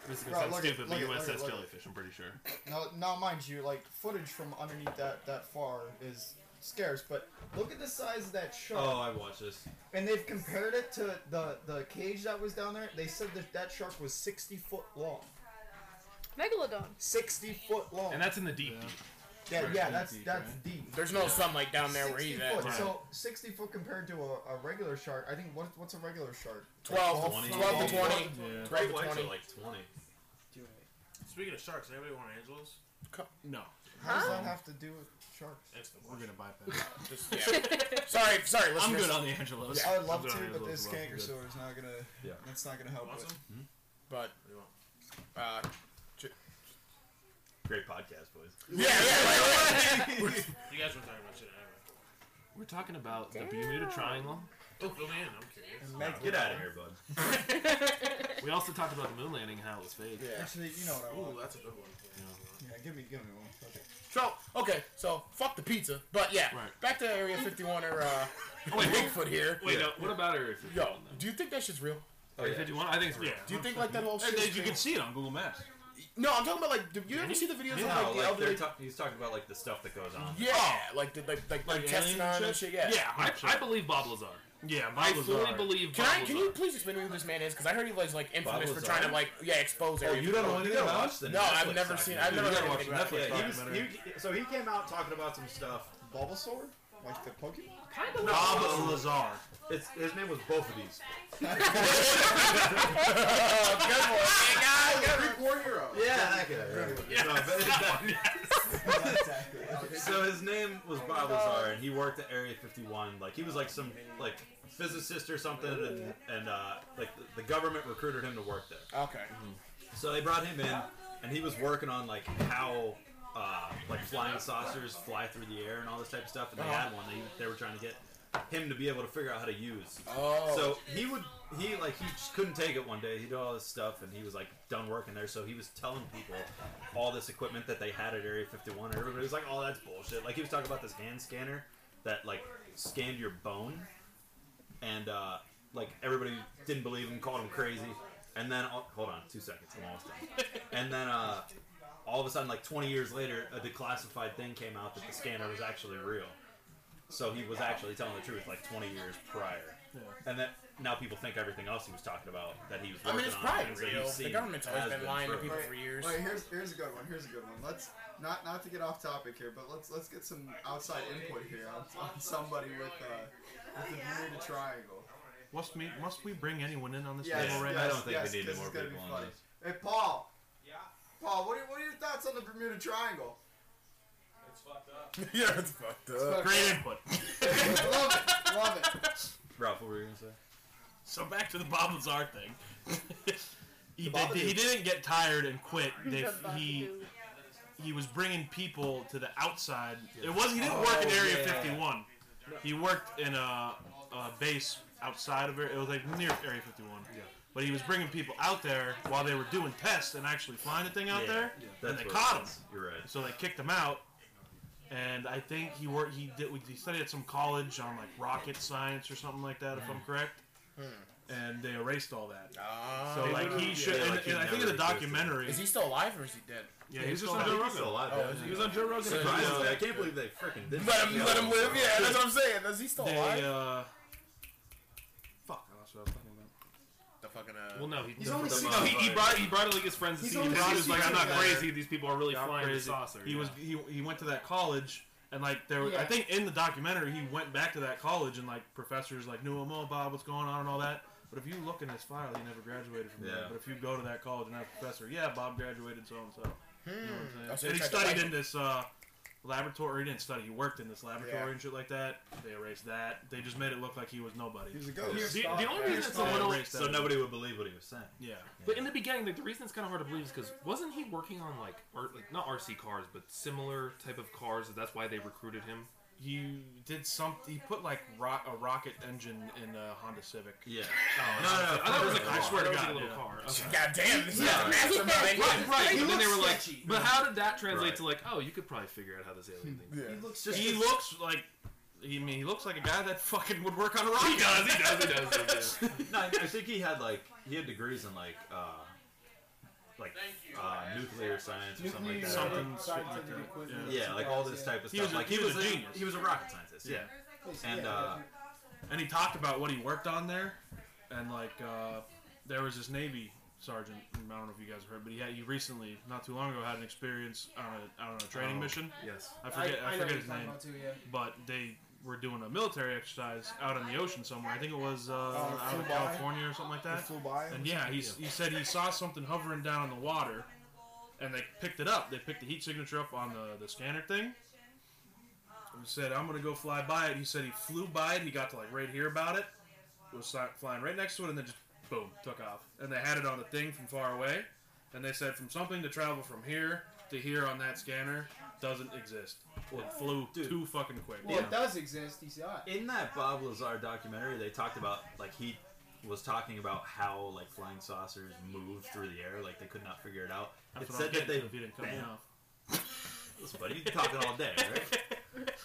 Speaker 5: this is gonna
Speaker 8: Bro,
Speaker 5: sound
Speaker 8: look at-
Speaker 5: stupid, but
Speaker 8: look at- look at-
Speaker 5: USS
Speaker 8: look at-
Speaker 5: Jellyfish, I'm pretty sure.
Speaker 6: Oh.
Speaker 8: Now, now, mind you, like footage from underneath that that far is scarce. But look at the size of that shark.
Speaker 2: Oh, I watched this.
Speaker 8: And they've compared it to the the cage that was down there. They said that that shark was 60 foot long.
Speaker 7: Megalodon.
Speaker 8: 60 foot long.
Speaker 5: And that's in the deep,
Speaker 6: Yeah.
Speaker 5: deep.
Speaker 8: yeah, yeah,
Speaker 6: pretty
Speaker 8: that's
Speaker 6: deep,
Speaker 8: that's
Speaker 6: right?
Speaker 8: deep.
Speaker 3: There's no sunlight down there where
Speaker 8: 60
Speaker 3: he's at.
Speaker 8: foot. So 60 foot compared to a, a regular shark. I think what, what's a regular shark?
Speaker 3: 12,
Speaker 2: 20.
Speaker 3: 12 to 20.
Speaker 6: Yeah.
Speaker 2: Great
Speaker 3: 12 to
Speaker 2: whites
Speaker 3: 20.
Speaker 2: are like twenty.
Speaker 9: Speaking of sharks, anybody want Angelo's?
Speaker 6: No,
Speaker 8: How does
Speaker 7: Huh?
Speaker 8: that have to do with sharks?
Speaker 9: That's the
Speaker 6: we're
Speaker 9: one.
Speaker 6: gonna bypass. it.
Speaker 3: Just, yeah. sorry, sorry, listeners.
Speaker 6: I'm good on the Angelos.
Speaker 8: I would love
Speaker 5: I'm
Speaker 8: to,
Speaker 5: sorry,
Speaker 8: but
Speaker 5: those
Speaker 8: this
Speaker 5: were all
Speaker 8: canker
Speaker 5: good.
Speaker 8: sore is not gonna.
Speaker 2: Yeah.
Speaker 8: That's not gonna help.
Speaker 9: Want
Speaker 8: it.
Speaker 9: some?
Speaker 3: But,
Speaker 9: What do you want?
Speaker 3: uh,
Speaker 2: Great podcast, boys.
Speaker 3: yeah, yeah, like,
Speaker 9: You guys were talking about shit anyway.
Speaker 5: We're talking about
Speaker 7: Damn.
Speaker 5: the Bermuda Triangle.
Speaker 9: Oh, fill me in. I'm curious.
Speaker 2: Get out of here, bud.
Speaker 5: We also talked about the moon landing and how it was fake.
Speaker 3: yeah.
Speaker 8: Actually, you know what I
Speaker 9: Ooh,
Speaker 8: want.
Speaker 9: that's a good one.
Speaker 8: Yeah, give me, give me one. Okay.
Speaker 3: So, okay, so fuck the pizza. But yeah,
Speaker 5: Right.
Speaker 3: back to Area 51 or uh,
Speaker 5: Oh, wait, Oh, wait,
Speaker 3: Bigfoot here.
Speaker 5: wait no, what about Area 51?
Speaker 3: Yo,
Speaker 5: though?
Speaker 3: do you think that shit's real?
Speaker 2: Oh,
Speaker 5: Area
Speaker 2: yeah.
Speaker 5: 51? I think it's real.
Speaker 3: Do you think like that whole shit?
Speaker 6: And
Speaker 3: is
Speaker 6: then you
Speaker 3: real?
Speaker 6: can see it on Google Maps.
Speaker 3: No, I'm talking about like. Do you ever see the videos
Speaker 2: No,
Speaker 3: of like, the
Speaker 2: Oh, like they're
Speaker 3: elderly?
Speaker 2: ta- he's talking about like the stuff that goes on.
Speaker 3: yeah, like the like like,
Speaker 6: Like
Speaker 3: like testing
Speaker 6: alien
Speaker 3: on and shit.
Speaker 6: shit?
Speaker 3: Yeah.
Speaker 5: I,
Speaker 6: hundred
Speaker 5: I
Speaker 6: percent.
Speaker 5: believe Bob Lazar.
Speaker 6: yeah,
Speaker 5: I
Speaker 6: Bob Lazar.
Speaker 5: fully believe
Speaker 3: Can
Speaker 5: Bob
Speaker 3: I? Can you please explain to me who this man is? Because I heard he was like infamous for
Speaker 2: Lazar?
Speaker 3: trying to like yeah expose. Area 51.
Speaker 2: You gotta watch the
Speaker 3: No, I've
Speaker 2: Netflix
Speaker 3: never seen-
Speaker 2: documentary.
Speaker 3: I've never
Speaker 2: You
Speaker 3: heard
Speaker 2: gotta watch
Speaker 3: anything about
Speaker 2: the Netflix
Speaker 6: it. Yeah, he was-
Speaker 5: uh,
Speaker 2: documentary. he- so he came out talking about some stuff.
Speaker 8: Bulbasaur, like the Pokemon.
Speaker 5: Kind of
Speaker 6: Bob Lazar.
Speaker 2: It's, his name was both of these.
Speaker 4: Greek war hero.
Speaker 2: Yeah, that guy. right. No, but it's that-
Speaker 8: exactly.
Speaker 2: So his name was Bob Lazar, and he worked at Area 51. Like he was like some like physicist or something, and, and uh, like the, the government recruited him to work there.
Speaker 3: Okay.
Speaker 2: So they brought him in, and he was working on like how uh, like flying saucers fly through the air and all this type of stuff. And they had one. They, they were trying to get him to be able to figure out how to use.
Speaker 3: Oh.
Speaker 2: So he would he like he just couldn't take it one day. He did all this stuff, and he was like done working there. So he was telling people all this equipment that they had at Area 51. And everybody was like, "Oh, that's bullshit." Like he was talking about this hand scanner that like scanned your bone and uh, like everybody didn't oh, believe him, called him crazy, and then all, hold on, two seconds, I lost it. And then uh, all of a sudden, like 20 years later, a declassified thing came out that the scanner was actually real. So he was actually telling the truth like 20 years prior. And that now people think everything else he was talking about that he was.
Speaker 3: I mean,
Speaker 2: working
Speaker 3: it's
Speaker 2: on
Speaker 3: probably
Speaker 2: and that he's
Speaker 3: real. The
Speaker 2: seen
Speaker 3: government's always
Speaker 2: has
Speaker 3: been lying to
Speaker 2: true.
Speaker 3: people for years.
Speaker 8: Wait, here's here's a good one. Here's a good one. Let's not not to get off topic here, but let's let's get some outside input here on, on somebody with uh, with the Bermuda Triangle.
Speaker 6: Must we must we bring anyone in on this
Speaker 8: Yes,
Speaker 6: table right
Speaker 8: yes,
Speaker 2: I don't think
Speaker 8: yes,
Speaker 2: we need
Speaker 8: 'cause
Speaker 2: more
Speaker 8: it's gonna
Speaker 2: people
Speaker 8: be
Speaker 2: on
Speaker 8: funny.
Speaker 2: this.
Speaker 8: Hey, Paul. Yeah. Paul, what are, what are your thoughts on the Bermuda Triangle?
Speaker 3: yeah, it's fucked up.
Speaker 6: Great input.
Speaker 8: love it, love it.
Speaker 2: Ralph, what were you gonna say?
Speaker 6: So back to the Bob Lazar thing. he, did,
Speaker 8: Bob-
Speaker 6: he didn't get tired and quit. They,
Speaker 7: Goodbye,
Speaker 6: he
Speaker 7: dude.
Speaker 6: he was bringing people to the outside. It was he didn't work in
Speaker 8: Oh,
Speaker 6: Area
Speaker 8: yeah.
Speaker 6: 51. He worked in a, a base outside of it. It was like near Area 51. Yeah. But he was bringing people out there while they were doing tests and actually flying the thing out there.
Speaker 2: That's
Speaker 6: And they
Speaker 2: what it
Speaker 6: caught him.
Speaker 2: was. You're right.
Speaker 6: So they kicked him out, and I think he worked. He did. He studied at some college on like rocket science or something like that, if I'm correct. And they erased all that.
Speaker 3: Ah.
Speaker 6: So like he should.
Speaker 2: yeah,
Speaker 6: and,
Speaker 2: like he
Speaker 6: and I think
Speaker 2: never
Speaker 6: in the
Speaker 2: existed.
Speaker 6: documentary.
Speaker 3: is he still alive or is he dead?
Speaker 6: yeah, he's
Speaker 5: just
Speaker 6: still
Speaker 5: on
Speaker 6: alive.
Speaker 5: Joe
Speaker 2: He's still
Speaker 5: Rogan.
Speaker 2: alive.
Speaker 3: Oh,
Speaker 2: yeah.
Speaker 3: is
Speaker 5: He was on Joe Rogan.
Speaker 3: So
Speaker 5: and
Speaker 3: he's-
Speaker 2: Surprisingly, I can't believe they freaking did
Speaker 3: Let him,
Speaker 2: that.
Speaker 3: let him live. Yeah, that's what I'm saying. Is he still
Speaker 6: They
Speaker 3: alive?
Speaker 6: uh. Fuck, I lost what I was talking about.
Speaker 3: the fucking uh,
Speaker 5: Well, no, he
Speaker 8: He's
Speaker 5: no,
Speaker 8: only
Speaker 5: no,
Speaker 8: seen-
Speaker 5: he, he brought he brought it like his friends to
Speaker 8: He's
Speaker 5: see him.
Speaker 8: only
Speaker 5: He was
Speaker 8: seen
Speaker 5: like, I'm not
Speaker 8: Superman.
Speaker 5: crazy. These people are really flying the
Speaker 6: crazy.
Speaker 5: saucer.
Speaker 6: He
Speaker 5: yeah.
Speaker 6: was he, he went to that college and like there was, I
Speaker 4: Yeah.
Speaker 6: think in the documentary he went back to that college and like professors like knew him oh Bob what's going on and all that. But if you look in his file, he never graduated from there.
Speaker 2: Yeah.
Speaker 6: But if you go to that college and ask a professor, yeah, Bob graduated so and so.
Speaker 3: Oh, so
Speaker 6: And
Speaker 3: they tried to
Speaker 6: he studied
Speaker 3: wipe
Speaker 6: in this uh, laboratory. He didn't study. He worked in this laboratory
Speaker 3: Yeah.
Speaker 6: and shit like that. They erased that. They just made it look like he was nobody.
Speaker 8: He was a
Speaker 5: The,
Speaker 8: ghost.
Speaker 5: the only reason it's a
Speaker 6: They
Speaker 5: little,
Speaker 6: erased
Speaker 2: So
Speaker 6: that.
Speaker 2: nobody would believe what he was saying.
Speaker 6: Yeah.
Speaker 5: but in the beginning, like the reason it's kind of hard to believe is because wasn't he working on like R, like not RC cars, but similar type of cars? that That's why they recruited him.
Speaker 6: He did some. He put like ro- a rocket engine in a Honda Civic.
Speaker 2: Yeah.
Speaker 5: Oh,
Speaker 2: No, no, no,
Speaker 5: I thought it was a
Speaker 2: no,
Speaker 5: car.
Speaker 6: I swear to
Speaker 5: That was
Speaker 6: God,
Speaker 5: a little
Speaker 6: yeah.
Speaker 5: car. Okay.
Speaker 3: God damn, this is
Speaker 2: Yeah.
Speaker 3: a mastermind.
Speaker 5: Right, right.
Speaker 4: He
Speaker 5: and then they
Speaker 4: looks
Speaker 5: were like,
Speaker 4: sketchy.
Speaker 5: but how did that translate
Speaker 2: Right.
Speaker 5: to like, oh, you could probably figure out how this alien thing.
Speaker 3: Yeah.
Speaker 8: He looks
Speaker 2: Just-
Speaker 6: He looks like. He, I mean, he looks like a guy that fucking would work on a rocket.
Speaker 5: He does, he does, he does. He does.
Speaker 2: No, I, I think he had like he had degrees in like uh, like uh, nuclear science or something like that.
Speaker 6: Something
Speaker 4: scientific
Speaker 6: like that.
Speaker 4: equipment.
Speaker 2: Yeah, like all this type of
Speaker 6: He
Speaker 2: stuff.
Speaker 6: was a-
Speaker 2: like
Speaker 6: he was a
Speaker 2: a-
Speaker 6: genius.
Speaker 2: He was a rocket scientist. Yeah.
Speaker 6: Yeah.
Speaker 2: And,
Speaker 4: yeah,
Speaker 2: uh,
Speaker 6: And he talked about what he worked on there, and like uh, there was this Navy sergeant. and I don't know if you guys heard, but he had he recently, not too long ago, had an experience on a, on a training
Speaker 5: Oh.
Speaker 6: mission.
Speaker 5: Yes.
Speaker 6: I forget I,
Speaker 4: know what
Speaker 6: forget
Speaker 4: you're
Speaker 6: his
Speaker 4: talking
Speaker 6: name,
Speaker 4: about too, yeah.
Speaker 6: but they were doing a military exercise out in the ocean somewhere. I think it was uh, out in
Speaker 8: Fubai?
Speaker 6: California or something like that.
Speaker 8: flew by.
Speaker 6: And yeah, he's, he said he saw something hovering down in the water, and they picked it up. They picked the heat signature up on the, the scanner thing. And said, I'm going to go fly by it. He said he flew by it. He got to, like, right here about it. It was si- flying right next to it, and then just, boom, took off. And they had it on the thing from far away. And they said, from something to travel from here to here on that scanner doesn't exist. It flew
Speaker 2: Dude.
Speaker 6: too fucking quick.
Speaker 4: Well, it does exist. He saw
Speaker 8: ah,
Speaker 4: it.
Speaker 2: in that Bob Lazar documentary, they talked about like he was talking about how like flying saucers move through the air, like they could not figure it out.
Speaker 6: That's
Speaker 2: it
Speaker 6: what I'm
Speaker 2: said that
Speaker 6: getting
Speaker 2: they
Speaker 6: to if you didn't cut me
Speaker 2: bam,
Speaker 6: off.
Speaker 2: Listen, buddy, you're talking all day, right?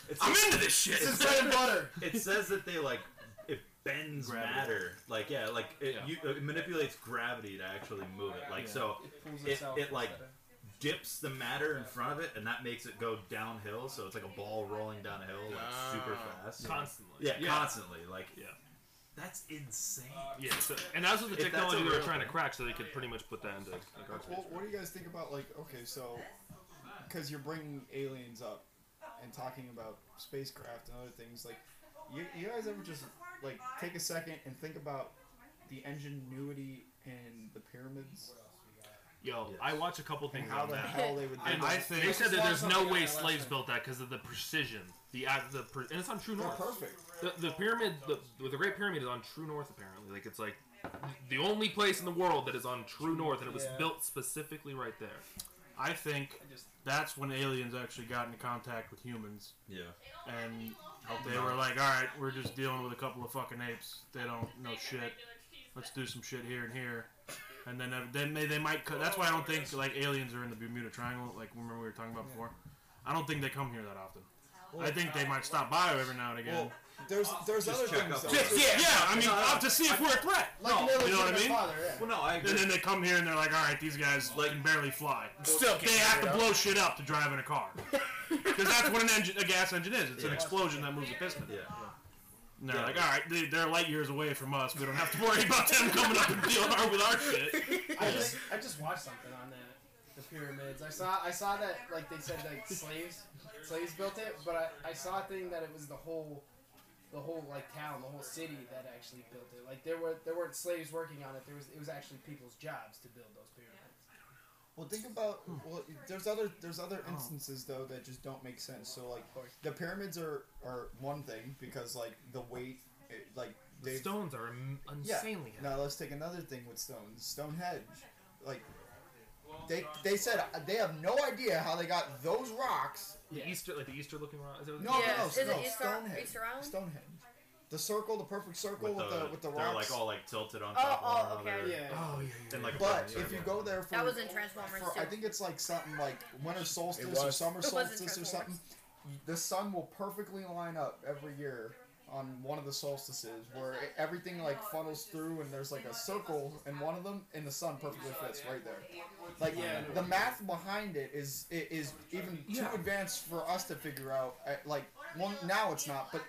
Speaker 2: It's,
Speaker 6: I'm into this shit!
Speaker 8: It's bread and butter.
Speaker 2: it says that they like it bends
Speaker 6: Gravity.
Speaker 2: matter, like yeah, like it,
Speaker 5: Yeah.
Speaker 2: You, it manipulates gravity to actually move it. Like
Speaker 6: Yeah.
Speaker 2: so,
Speaker 4: It pulls
Speaker 2: it,
Speaker 4: itself.
Speaker 2: it like
Speaker 4: instead of-
Speaker 2: dips the matter in front of it, and that makes it go downhill. So it's like a ball rolling downhill, like super
Speaker 3: Ah.
Speaker 2: fast.
Speaker 5: Constantly.
Speaker 2: Yeah,
Speaker 5: yeah.
Speaker 2: constantly. Like
Speaker 5: Yeah.
Speaker 2: that's insane.
Speaker 6: Uh,
Speaker 5: Yeah, so, and that was the
Speaker 2: If that's
Speaker 5: technology
Speaker 2: a
Speaker 5: they were
Speaker 2: real
Speaker 5: trying to
Speaker 2: thing.
Speaker 5: crack, so they could pretty much put that into. Like, our
Speaker 8: Well, what do you guys think about like okay, so because you're bringing aliens up and talking about spacecraft and other things, like you, you guys ever just like take a second and think about the ingenuity in the pyramids
Speaker 5: Yo,
Speaker 2: Yes.
Speaker 5: I watch a couple things
Speaker 8: and how
Speaker 5: on
Speaker 8: the
Speaker 5: that.
Speaker 8: hell they would do
Speaker 5: And
Speaker 8: that.
Speaker 6: I think-
Speaker 5: they said that there's no
Speaker 4: Something
Speaker 5: way
Speaker 4: on that
Speaker 5: slaves
Speaker 4: lesson.
Speaker 5: built that because of the precision, the act- the per- and it's on True
Speaker 8: They're
Speaker 5: North.
Speaker 8: perfect.
Speaker 5: The, the pyramid, the, the Great Pyramid is on True North apparently. Like it's like the only place in the world that is on True North, and it was
Speaker 4: Yeah.
Speaker 5: built specifically right there.
Speaker 6: I think
Speaker 4: I just
Speaker 6: that's when aliens actually got into contact with humans
Speaker 2: Yeah.
Speaker 6: and they were like, all right, we're just dealing with a couple of fucking apes. They don't know shit. Let's do some shit here and here. And then uh, they may they might cut. That's why I don't think like aliens are in the Bermuda Triangle. Like remember we were talking about before. I don't think they come here that often. I think they might stop by every now and again.
Speaker 8: Well, there's there's other
Speaker 2: check
Speaker 8: things.
Speaker 2: up
Speaker 8: though.
Speaker 2: on
Speaker 6: yeah, yeah, I mean,
Speaker 2: No, no,
Speaker 6: up to see if we're a threat.
Speaker 4: Like
Speaker 2: No,
Speaker 4: Miller
Speaker 6: you know what I
Speaker 4: Jr.'s
Speaker 6: mean?
Speaker 4: Father, yeah.
Speaker 2: Well, no, I agree.
Speaker 6: And then they come here and they're like, all right, these guys
Speaker 2: Like-
Speaker 6: can barely fly.
Speaker 3: Still
Speaker 6: They have to
Speaker 3: can't
Speaker 6: blow shit up to drive in a car. Because that's what an engine, a gas engine is. It's an
Speaker 2: Yeah.
Speaker 6: explosion that moves a piston.
Speaker 2: Yeah.
Speaker 6: And they're like, all right, they, they're light years away from us. We don't have to worry about them coming up and dealing our, with our shit.
Speaker 4: I just I just watched something on that. The pyramids. I saw I saw that like they said like slaves slaves built it, but I, I saw a thing that it was the whole the whole like town, the whole city that actually built it. Like there were there weren't slaves working on it. There was it was actually people's jobs to build those pyramids.
Speaker 8: Well, think about well. There's other there's other
Speaker 9: Oh.
Speaker 8: instances though that just don't make sense. So like
Speaker 4: course.
Speaker 8: the pyramids are are one thing because like the weight, it, like
Speaker 5: The
Speaker 8: they
Speaker 5: stones are im-
Speaker 8: yeah.
Speaker 5: insanely heavy.
Speaker 8: Now let's take another thing with stones. Stonehenge, like they they said uh, they have no idea how they got those rocks.
Speaker 5: The Easter, like the Easter looking rock. Is that what
Speaker 8: No,
Speaker 7: Yeah,
Speaker 8: no,
Speaker 7: is
Speaker 8: no,
Speaker 7: it
Speaker 8: no,
Speaker 7: Easter-
Speaker 8: Stonehenge.
Speaker 7: Easter Island?
Speaker 8: Stonehenge. The circle, the perfect circle with, the, with the
Speaker 2: they're
Speaker 8: rocks.
Speaker 2: like all like tilted on
Speaker 7: Oh,
Speaker 2: top
Speaker 7: oh,
Speaker 2: of one another.
Speaker 7: okay.
Speaker 4: Yeah.
Speaker 5: Oh yeah, yeah.
Speaker 2: And like a
Speaker 8: But
Speaker 2: perfect
Speaker 8: if you
Speaker 2: circle.
Speaker 8: go there for
Speaker 7: That was in Transformers,
Speaker 8: for- I
Speaker 7: too.
Speaker 8: think it's like something like winter solstice
Speaker 3: was.
Speaker 8: or summer
Speaker 7: It was in
Speaker 8: solstice or
Speaker 7: Transformers.
Speaker 8: something. The sun will perfectly line up every year on one of the solstices where it, everything like funnels through and there's like a circle in one of them and the sun perfectly fits right there. Like
Speaker 4: Yeah, I know.
Speaker 8: the math behind it is it is even
Speaker 5: Yeah.
Speaker 8: too advanced for us to figure out. Uh, Like one now it's not, but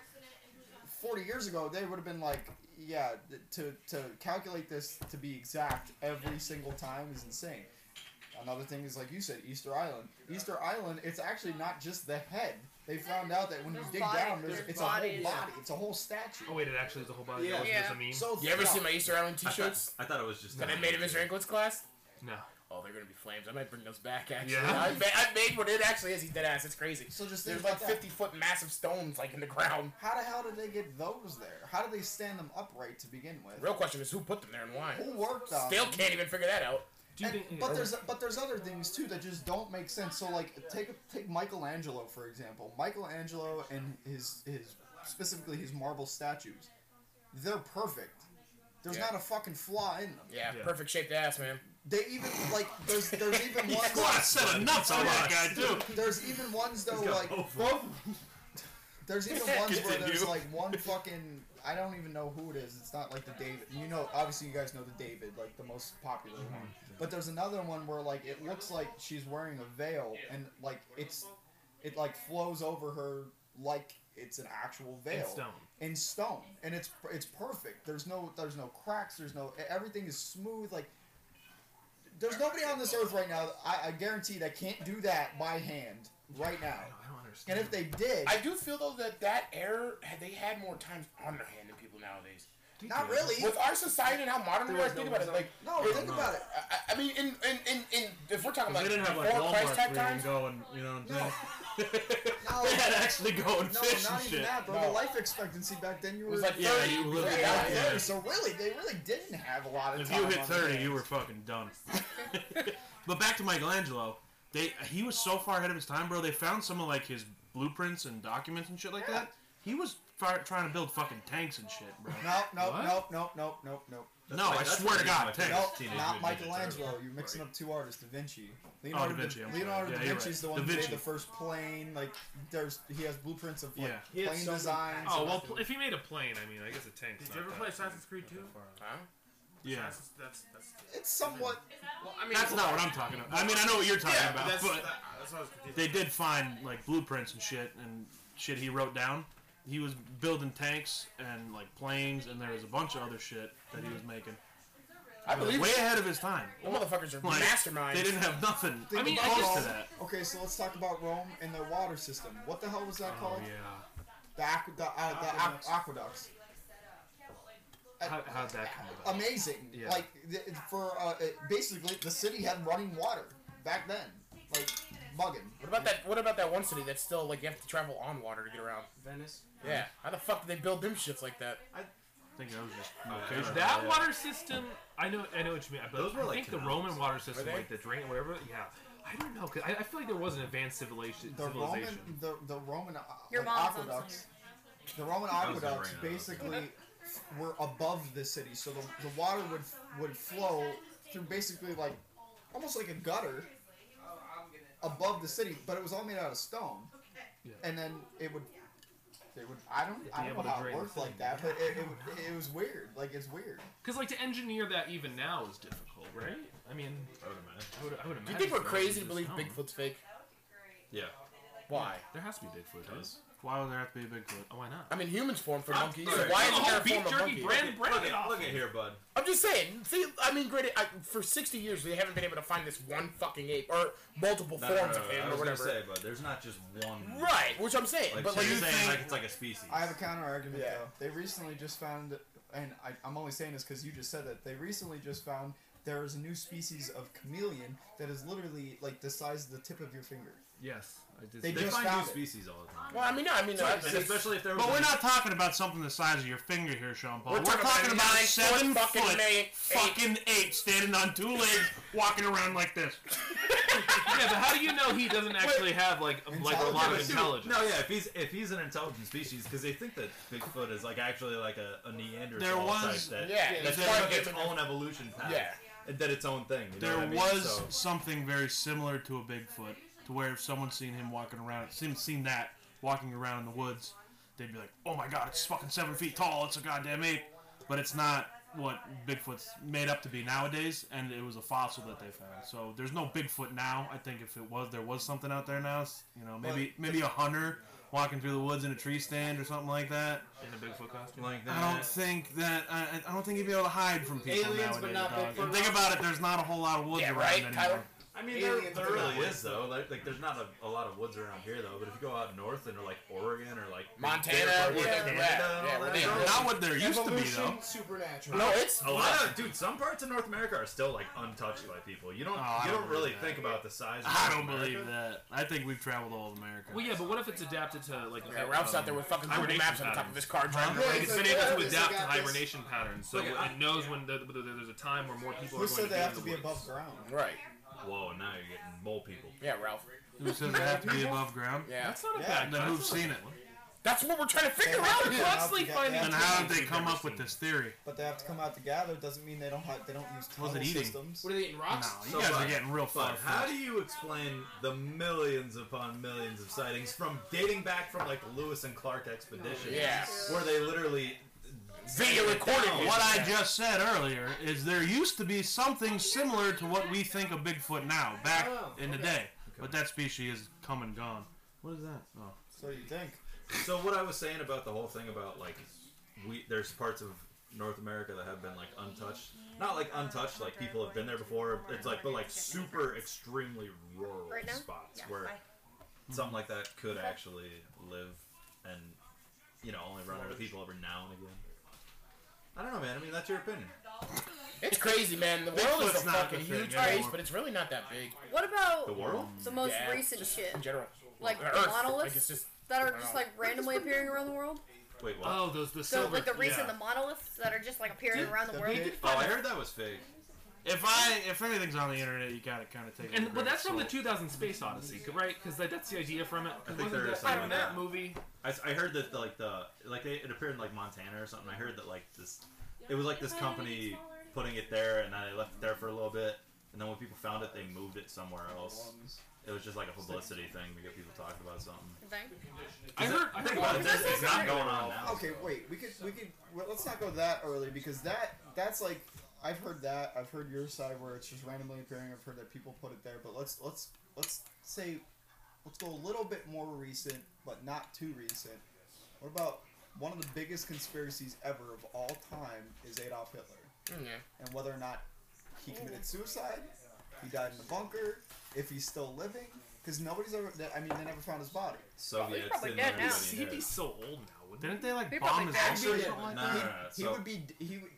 Speaker 8: 40 years ago, they would have been like, yeah, th- to, to calculate this to be exact every single time is insane. Another thing is, like you said, Easter Island. Easter Island, it's actually not just the head. They found out that when you
Speaker 7: There's
Speaker 8: dig
Speaker 7: body-
Speaker 8: down, there's,
Speaker 7: there's
Speaker 8: it's a whole
Speaker 7: bodies.
Speaker 8: body, it's a whole statue.
Speaker 5: Oh wait, it actually is a whole body.
Speaker 4: Yeah.
Speaker 5: That wasn't just a meme.
Speaker 8: So
Speaker 3: You ever
Speaker 8: yeah.
Speaker 3: see my Easter Island
Speaker 2: I thought,
Speaker 3: t-shirts
Speaker 2: I thought it was just.
Speaker 3: that I made in Mr. England's class?
Speaker 5: no.
Speaker 3: Oh, they're gonna be flames. I might bring those back. Actually,
Speaker 5: Yeah.
Speaker 3: I, ma- I made one. It actually is. He dead ass. It's crazy.
Speaker 8: So just
Speaker 3: There's
Speaker 8: things
Speaker 3: like
Speaker 8: like that.
Speaker 3: 50 foot massive stones like in the ground.
Speaker 8: How the hell did they get those there? How did they stand them upright to begin with?
Speaker 3: Real question is who put them there and why.
Speaker 8: Who worked on
Speaker 3: Still
Speaker 8: them?
Speaker 3: can't even figure that out.
Speaker 5: Do you
Speaker 8: And-
Speaker 5: think? mm,
Speaker 8: but there's but there's other things too that just don't make sense. So like take take Michelangelo for example. Michelangelo and his his specifically his marble statues, they're perfect. There's
Speaker 3: Yeah.
Speaker 8: not a fucking flaw in them.
Speaker 3: Yeah,
Speaker 5: Yeah.
Speaker 3: perfect shaped ass, man.
Speaker 8: They even like there's there's even ones
Speaker 6: Well, I set of nuts on that guy,
Speaker 2: Christ.
Speaker 6: too.
Speaker 8: there's even ones though
Speaker 2: got
Speaker 8: like
Speaker 2: both.
Speaker 8: there's even ones where there's
Speaker 2: Continue.
Speaker 8: like one fucking I don't even know who it is. It's not like the David. You know, obviously you guys know the David, like the most popular one. But there's another one where like it looks like she's wearing a veil and like it's it like flows over her like it's an actual veil
Speaker 5: stone.
Speaker 8: in stone and it's it's perfect there's no there's no cracks there's no e, everything is smooth like there's nobody on this earth right now I, I guarantee that can't do that by hand right now
Speaker 5: I don't understand.
Speaker 8: and if they did
Speaker 3: I do feel though that that error had they had more times on their hand than people nowadays.
Speaker 8: not
Speaker 5: Oh,
Speaker 8: really
Speaker 3: With our society and how modern we
Speaker 5: There
Speaker 3: are,
Speaker 5: was
Speaker 3: think
Speaker 5: no
Speaker 3: about it. Like,
Speaker 8: no think about it
Speaker 3: I, I- I mean, in in, in in if we're talking
Speaker 6: They
Speaker 3: about
Speaker 6: didn't have
Speaker 3: before
Speaker 6: like Walmart
Speaker 3: Christ
Speaker 6: where
Speaker 3: type
Speaker 6: you can
Speaker 3: times,
Speaker 6: go and you know what I'm
Speaker 8: No.
Speaker 6: saying.
Speaker 8: no
Speaker 6: they had to actually go and
Speaker 8: no
Speaker 6: fish
Speaker 8: not
Speaker 6: and
Speaker 8: even
Speaker 6: shit.
Speaker 8: that bro the
Speaker 3: No.
Speaker 8: life expectancy back then you
Speaker 3: it
Speaker 8: were
Speaker 3: was like
Speaker 6: Yeah,
Speaker 3: 30,
Speaker 6: you lived
Speaker 3: yeah,
Speaker 6: it
Speaker 8: yeah,
Speaker 6: out,
Speaker 3: yeah.
Speaker 6: yeah.
Speaker 8: so really they really didn't have a lot of
Speaker 6: If
Speaker 8: time
Speaker 6: you hit
Speaker 8: on their
Speaker 6: 30,
Speaker 8: hands.
Speaker 6: you were fucking done. but back to Michelangelo, they he was so far ahead of his time, bro. They found some of like his blueprints and documents and shit like that. He was far, trying to build fucking tanks and shit, bro.
Speaker 8: no no
Speaker 5: What?
Speaker 8: no no no no no
Speaker 6: No, I swear to God, tanks.
Speaker 8: No,
Speaker 2: Teenage Mutant Ninja
Speaker 8: not Michelangelo.
Speaker 2: Turtles.
Speaker 8: You're mixing up two artists, Da Vinci.
Speaker 6: Oh, Da Vinci, I'm sorry.
Speaker 8: Leonardo
Speaker 6: Yeah,
Speaker 8: da
Speaker 6: you're right.
Speaker 8: Vinci's the one
Speaker 6: Da
Speaker 8: who made
Speaker 6: Vinci.
Speaker 8: the first plane. Like, there's he has blueprints of like
Speaker 6: Yeah.
Speaker 9: He had
Speaker 8: plane
Speaker 9: so many
Speaker 8: designs.
Speaker 5: Oh well, pl- if he made a plane, I mean, I guess a tank.
Speaker 9: Did you ever play Assassin's Creed 2?
Speaker 3: Huh?
Speaker 6: Yeah,
Speaker 9: That's, that's, that's,
Speaker 8: it's somewhat.
Speaker 9: well, I mean,
Speaker 6: that's not what I'm talking about. I mean, I know what you're talking
Speaker 9: Yeah, but
Speaker 6: about,
Speaker 9: that's,
Speaker 6: but
Speaker 9: that, that's what I was confused.
Speaker 6: they did find like blueprints and shit and shit he wrote down. He was building tanks and like planes, and there was a bunch of other shit that he was making.
Speaker 3: I believe
Speaker 6: Way
Speaker 3: it.
Speaker 6: ahead of his time.
Speaker 3: The motherfuckers are
Speaker 6: Like,
Speaker 3: masterminds.
Speaker 6: They didn't have nothing.
Speaker 8: Think
Speaker 6: I mean,
Speaker 8: about
Speaker 6: close
Speaker 8: Rome.
Speaker 6: to that.
Speaker 8: Okay, so let's talk about Rome and their water system. What the hell was that
Speaker 5: Oh
Speaker 8: called?
Speaker 5: yeah.
Speaker 8: The, aqu- the, uh, the aqueducts. aqueducts.
Speaker 5: How, how'd that come about?
Speaker 8: Um, Amazing.
Speaker 5: Yeah.
Speaker 8: Like th- for uh, it- basically, the city had running water back then. Like bugging.
Speaker 3: What about that? What about that one city that's still like you have to travel on water to get around?
Speaker 4: Venice.
Speaker 3: Yeah. How the fuck did they build them shits like that?
Speaker 6: I think that was just
Speaker 2: yeah.
Speaker 6: location.
Speaker 5: That water system, I know, I know what you mean. But
Speaker 2: Those were
Speaker 5: I
Speaker 2: like
Speaker 5: think the
Speaker 2: canals.
Speaker 5: Roman water system,
Speaker 3: they?
Speaker 5: like the drain, whatever. Yeah, I don't know. Cause I, I feel like there was an advanced civilization.
Speaker 8: the
Speaker 5: civilization.
Speaker 8: Roman the, the Roman uh,
Speaker 7: Your
Speaker 8: like,
Speaker 7: mom's on
Speaker 8: aqueducts the Roman
Speaker 2: That was
Speaker 8: aqueducts
Speaker 2: never in, uh,
Speaker 8: basically were above the city so the, the water would would flow through basically like almost like a gutter above the city but it was all made out of stone
Speaker 5: Yeah.
Speaker 8: and then it would. They would. I don't. I
Speaker 5: Be
Speaker 8: don't
Speaker 5: able
Speaker 8: know
Speaker 5: to
Speaker 8: how
Speaker 5: drain
Speaker 8: it
Speaker 5: the
Speaker 8: worked like
Speaker 5: thing.
Speaker 8: that, but it, it, would- it was weird. Like it's weird.
Speaker 5: Because like to engineer that even now is difficult, right? I mean,
Speaker 2: I would imagine.
Speaker 5: I would, I would imagine.
Speaker 3: Do you think we're
Speaker 5: so,
Speaker 3: crazy to
Speaker 5: just
Speaker 3: believe
Speaker 5: stone.
Speaker 3: Bigfoot's fake?
Speaker 2: Yeah.
Speaker 3: Why?
Speaker 5: There has to be Bigfoot. Right?
Speaker 6: Why would there have to be a Bigfoot?
Speaker 5: Oh, why not?
Speaker 3: I mean, humans form for
Speaker 2: I'm
Speaker 3: monkeys.
Speaker 2: sorry.
Speaker 3: Why
Speaker 5: The
Speaker 3: isn't
Speaker 5: whole
Speaker 3: there a
Speaker 5: Oh, beef
Speaker 3: form of
Speaker 5: jerky
Speaker 3: monkey?
Speaker 5: brand- break
Speaker 2: look,
Speaker 5: it
Speaker 2: at,
Speaker 5: off.
Speaker 2: look at here, bud.
Speaker 3: I'm just saying. See, I mean, granted, I, for 60 years they haven't been able to find this one fucking ape or multiple
Speaker 2: No, no, no,
Speaker 3: forms
Speaker 2: no,
Speaker 3: of
Speaker 2: no, I
Speaker 3: him
Speaker 2: was
Speaker 3: or
Speaker 2: gonna
Speaker 3: whatever.
Speaker 2: say, but there's not just one.
Speaker 3: Right, which I'm saying.
Speaker 2: Like,
Speaker 3: but
Speaker 2: so
Speaker 3: like,
Speaker 2: you're
Speaker 3: you
Speaker 2: saying
Speaker 3: think-
Speaker 2: like it's like a species.
Speaker 8: I have a counter argument
Speaker 3: Yeah.
Speaker 8: though. They recently just found, and I, I'm only saying this because you just said that. They recently just found there is a new species of chameleon that is literally like the size of the tip of your finger.
Speaker 5: Yes, I did.
Speaker 8: They
Speaker 5: see
Speaker 2: they
Speaker 8: just
Speaker 5: that.
Speaker 2: find
Speaker 8: found
Speaker 2: new
Speaker 8: it.
Speaker 2: species all the time.
Speaker 3: well, I mean, no, I mean, I-
Speaker 2: and especially if there was
Speaker 6: But we're
Speaker 2: a-
Speaker 6: not talking about something the size of your finger here, Sean Paul.
Speaker 3: We're
Speaker 6: We're,
Speaker 3: talking
Speaker 6: talking,
Speaker 3: about a
Speaker 6: about a
Speaker 3: nine-foot
Speaker 6: seven
Speaker 3: fucking
Speaker 6: foot
Speaker 3: man- ape.
Speaker 6: fucking ape standing on two legs, walking around like this.
Speaker 5: yeah, but how do you know he doesn't actually have like a- like a lot of
Speaker 2: But dude,
Speaker 5: intelligence?
Speaker 2: No, yeah, if he's if he's an intelligent species, because they think that Bigfoot is like actually like a, a Neanderthal
Speaker 6: There was-
Speaker 2: type that
Speaker 3: yeah,
Speaker 2: that
Speaker 3: it's
Speaker 2: took
Speaker 3: like-
Speaker 2: its own evolution path,
Speaker 3: Yeah.
Speaker 2: and that its own thing. You know
Speaker 6: There
Speaker 2: what I mean?
Speaker 6: was
Speaker 2: So-
Speaker 6: something very similar to a Bigfoot, to where if someone seen him walking around, seen seen that walking around in the woods, they'd be like, "Oh my god, it's fucking seven feet tall. It's a goddamn ape." But it's not what Bigfoot's made up to be nowadays, and it was a fossil that they found. So there's no Bigfoot now. I think if it was, there was something out there now. s- You know, maybe maybe a hunter walking through the woods in a tree stand or something like that.
Speaker 5: In a Bigfoot costume.
Speaker 2: like that.
Speaker 6: I don't think that uh, I, I don't think you'd be able to hide from people
Speaker 4: Aliens,
Speaker 6: nowadays.
Speaker 4: but not
Speaker 6: dog.
Speaker 4: Bigfoot.
Speaker 6: Think about it. There's not a whole lot of woods
Speaker 3: Yeah,
Speaker 6: around
Speaker 3: right,
Speaker 6: anymore.
Speaker 3: Tyler?
Speaker 2: I mean, there,
Speaker 8: Aliens
Speaker 2: there
Speaker 8: are
Speaker 2: really
Speaker 8: not
Speaker 2: is though. Like, like, there's not a, a lot of woods around here though. But if you go out north into like Oregon or like
Speaker 3: Montana,
Speaker 2: bigger parts of
Speaker 3: yeah,
Speaker 2: Canada and
Speaker 3: yeah, yeah,
Speaker 2: all
Speaker 3: where
Speaker 2: that
Speaker 3: they
Speaker 2: stuff,
Speaker 3: are.
Speaker 6: Not what there used to be
Speaker 4: Evolution
Speaker 6: though.
Speaker 4: supernatural.
Speaker 3: no, it's
Speaker 2: A lot of dude, some parts of North America are still like untouched by people. You don't,
Speaker 6: Oh, I
Speaker 2: you
Speaker 6: don't
Speaker 2: don't really
Speaker 6: believe that.
Speaker 2: think about the size. Of
Speaker 6: I don't
Speaker 2: North America.
Speaker 6: believe that. I think we've traveled all of America.
Speaker 5: Well, yeah, but what if it's adapted to like?
Speaker 3: Yeah, Ralph's out there with fucking Google
Speaker 5: hibernation
Speaker 3: Maps on the top
Speaker 5: patterns.
Speaker 3: of his car driving
Speaker 6: Huh?
Speaker 3: around.
Speaker 5: It's
Speaker 4: It's
Speaker 5: been
Speaker 4: like, yeah,
Speaker 5: able to
Speaker 4: this-
Speaker 5: adapt
Speaker 4: I
Speaker 5: to
Speaker 4: got this.
Speaker 5: hibernation patterns, so
Speaker 2: Look, I-
Speaker 5: it knows when the, the, there's a time where more people
Speaker 8: Who
Speaker 5: are going
Speaker 8: said
Speaker 5: to
Speaker 8: they
Speaker 5: be
Speaker 8: have
Speaker 5: in
Speaker 8: to
Speaker 5: the
Speaker 8: be
Speaker 5: woods.
Speaker 8: above ground?
Speaker 3: Right.
Speaker 2: Whoa, now you're getting mole people.
Speaker 3: Yeah, Ralph.
Speaker 6: Who says they have to be above ground?
Speaker 3: Yeah.
Speaker 5: That's not a
Speaker 8: Yeah.
Speaker 5: bad.
Speaker 6: Then
Speaker 5: that's
Speaker 6: who've
Speaker 5: not a
Speaker 6: seen
Speaker 5: bad
Speaker 6: it?
Speaker 5: one.
Speaker 3: That's what we're trying to figure
Speaker 8: Yeah.
Speaker 3: out.
Speaker 5: I'm
Speaker 8: Yeah.
Speaker 5: constantly
Speaker 8: Yeah.
Speaker 5: finding.
Speaker 6: Then
Speaker 8: That's
Speaker 6: how did
Speaker 5: things
Speaker 6: they
Speaker 5: we've
Speaker 6: come
Speaker 5: never
Speaker 6: up with
Speaker 5: seen.
Speaker 6: this theory?
Speaker 8: But they have to come out together. Doesn't mean they don't have. They don't
Speaker 6: Was
Speaker 8: use
Speaker 6: it
Speaker 8: tunnel
Speaker 6: eating?
Speaker 8: systems.
Speaker 4: What are they eating
Speaker 6: No,
Speaker 4: rocks?
Speaker 6: you
Speaker 2: So
Speaker 6: guys are
Speaker 2: fun.
Speaker 6: getting real far.
Speaker 2: But how do you explain the millions upon millions of sightings from dating back from like Lewis and Clark expedition?
Speaker 3: Yeah.
Speaker 2: Where they literally
Speaker 3: Video recording.
Speaker 2: No.
Speaker 6: What I just said earlier is there used to be something similar to what we think of Bigfoot now, back
Speaker 4: Oh,
Speaker 6: in the
Speaker 4: okay.
Speaker 6: day. But that species is come and gone. What is that? Oh.
Speaker 8: So you think?
Speaker 2: So what I was saying about the whole thing about like we there's parts of North America that have been like untouched. Not like untouched, like people have been there before. It's like but like super extremely rural
Speaker 7: Right now?
Speaker 2: spots
Speaker 7: Yeah,
Speaker 2: where
Speaker 7: I-
Speaker 2: something like that could actually live and you know, only run into people every now and again. I don't know, man. I mean, that's your opinion.
Speaker 3: It's crazy, man. The world is
Speaker 6: Bigfoot's
Speaker 3: a
Speaker 6: not
Speaker 3: fucking
Speaker 6: the thing
Speaker 3: huge place,
Speaker 6: anymore.
Speaker 3: but it's really not that big.
Speaker 7: What about
Speaker 2: The world?
Speaker 7: the most
Speaker 3: Yeah,
Speaker 7: recent shit?
Speaker 3: In general.
Speaker 7: Like
Speaker 3: Earth.
Speaker 7: monoliths
Speaker 3: Like, it's just.
Speaker 7: that
Speaker 3: I
Speaker 7: are
Speaker 3: don't
Speaker 7: just
Speaker 3: know.
Speaker 7: like randomly appearing around the world?
Speaker 2: Wait, what?
Speaker 5: Oh, those the
Speaker 7: So
Speaker 5: silver.
Speaker 7: like the recent
Speaker 5: yeah.
Speaker 7: the monoliths that are just like appearing
Speaker 8: Dude,
Speaker 7: around the
Speaker 8: the
Speaker 7: world.
Speaker 8: big-
Speaker 2: oh, I heard that was fake.
Speaker 6: If I if anything's on the internet, you gotta kind of take. it with a
Speaker 5: And but
Speaker 6: grain
Speaker 5: that's
Speaker 6: of
Speaker 5: from the
Speaker 6: salt.
Speaker 5: 2000 Space Odyssey, c- right? Because like, that's the idea from it. 'Cause
Speaker 2: I think there
Speaker 5: wasn't
Speaker 2: is
Speaker 5: that,
Speaker 2: something
Speaker 5: from
Speaker 2: like
Speaker 5: that
Speaker 2: that.
Speaker 5: movie.
Speaker 2: I, I heard that like the like they, it appeared in like Montana or something. I heard that like this, it was like this company putting it there, and then they left it there for a little bit, and then when people found it, they moved it somewhere else. It was just like a publicity thing to get people talking about something.
Speaker 7: thing.
Speaker 5: I
Speaker 2: Is
Speaker 5: heard.
Speaker 2: it-
Speaker 5: I
Speaker 2: think
Speaker 5: heard
Speaker 2: about
Speaker 5: one
Speaker 2: it.
Speaker 5: of
Speaker 2: This
Speaker 5: those.
Speaker 2: it's not going on now.
Speaker 8: Okay, wait. We could. We could. Well, let's not go that early because that. That's like. I've heard that. I've heard your side where it's just randomly appearing. I've heard that people put it there. But let's let's let's say. Let's go a little bit more recent, but not too recent. What about one of the biggest conspiracies ever of all time is Adolf Hitler
Speaker 3: Yeah.
Speaker 8: and whether or not he committed suicide, he died in the bunker, if he's still living, because nobody's ever. I mean, they never found his body.
Speaker 2: Soviets
Speaker 7: probably
Speaker 2: didn't
Speaker 7: dead
Speaker 2: let
Speaker 7: now.
Speaker 2: anybody
Speaker 5: He'd
Speaker 2: in
Speaker 5: be
Speaker 2: there.
Speaker 5: so old now, wouldn't
Speaker 6: Didn't they like
Speaker 7: They're
Speaker 6: bomb
Speaker 7: probably
Speaker 6: his
Speaker 7: back
Speaker 6: house or
Speaker 8: Yeah,
Speaker 6: something like
Speaker 2: No, no,
Speaker 6: that?
Speaker 2: no, no.
Speaker 8: He
Speaker 2: So-
Speaker 8: would be. He would.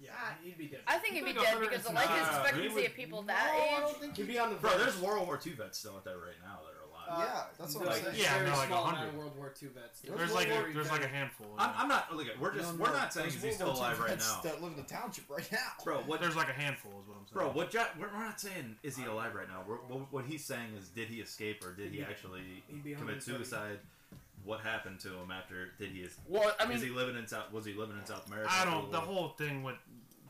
Speaker 4: Yeah, he'd be dead.
Speaker 7: I think it'd be
Speaker 5: Like a
Speaker 7: dead
Speaker 5: hundred
Speaker 7: because the
Speaker 5: and
Speaker 7: life
Speaker 2: some- Nah, we
Speaker 7: expectancy
Speaker 2: would-
Speaker 7: of people that age.
Speaker 4: He'd be on the
Speaker 2: Bro,
Speaker 4: verge.
Speaker 2: there's World War II vets still out there right now that are alive.
Speaker 4: Uh,
Speaker 8: Yeah, that's what I'm
Speaker 4: There's
Speaker 8: saying.
Speaker 4: a
Speaker 6: Yeah,
Speaker 4: very
Speaker 6: no, like
Speaker 4: small
Speaker 6: 100.
Speaker 4: amount of World War II vets.
Speaker 6: There's like a, there's like a handful. you know?
Speaker 2: I'm, I'm not. Look, at we're just
Speaker 8: No,
Speaker 2: we're
Speaker 8: no,
Speaker 2: not saying
Speaker 8: there's
Speaker 2: he's still
Speaker 8: World War II
Speaker 2: alive right
Speaker 8: vets
Speaker 2: now,
Speaker 8: That live in the township right now.
Speaker 2: bro. What
Speaker 6: There's like a handful, is what I'm saying.
Speaker 2: Bro, what jo- we're we're not saying is he alive right now. We're, what, what he's saying is, did he escape or did he actually
Speaker 4: He'd be
Speaker 2: commit
Speaker 4: 130.
Speaker 2: suicide? What happened to him after? Did he? es-
Speaker 3: Well, I
Speaker 2: is he
Speaker 3: mean,
Speaker 2: living in South? Was he living in South America?
Speaker 6: I
Speaker 2: after
Speaker 6: don't. The
Speaker 2: war?
Speaker 6: whole thing with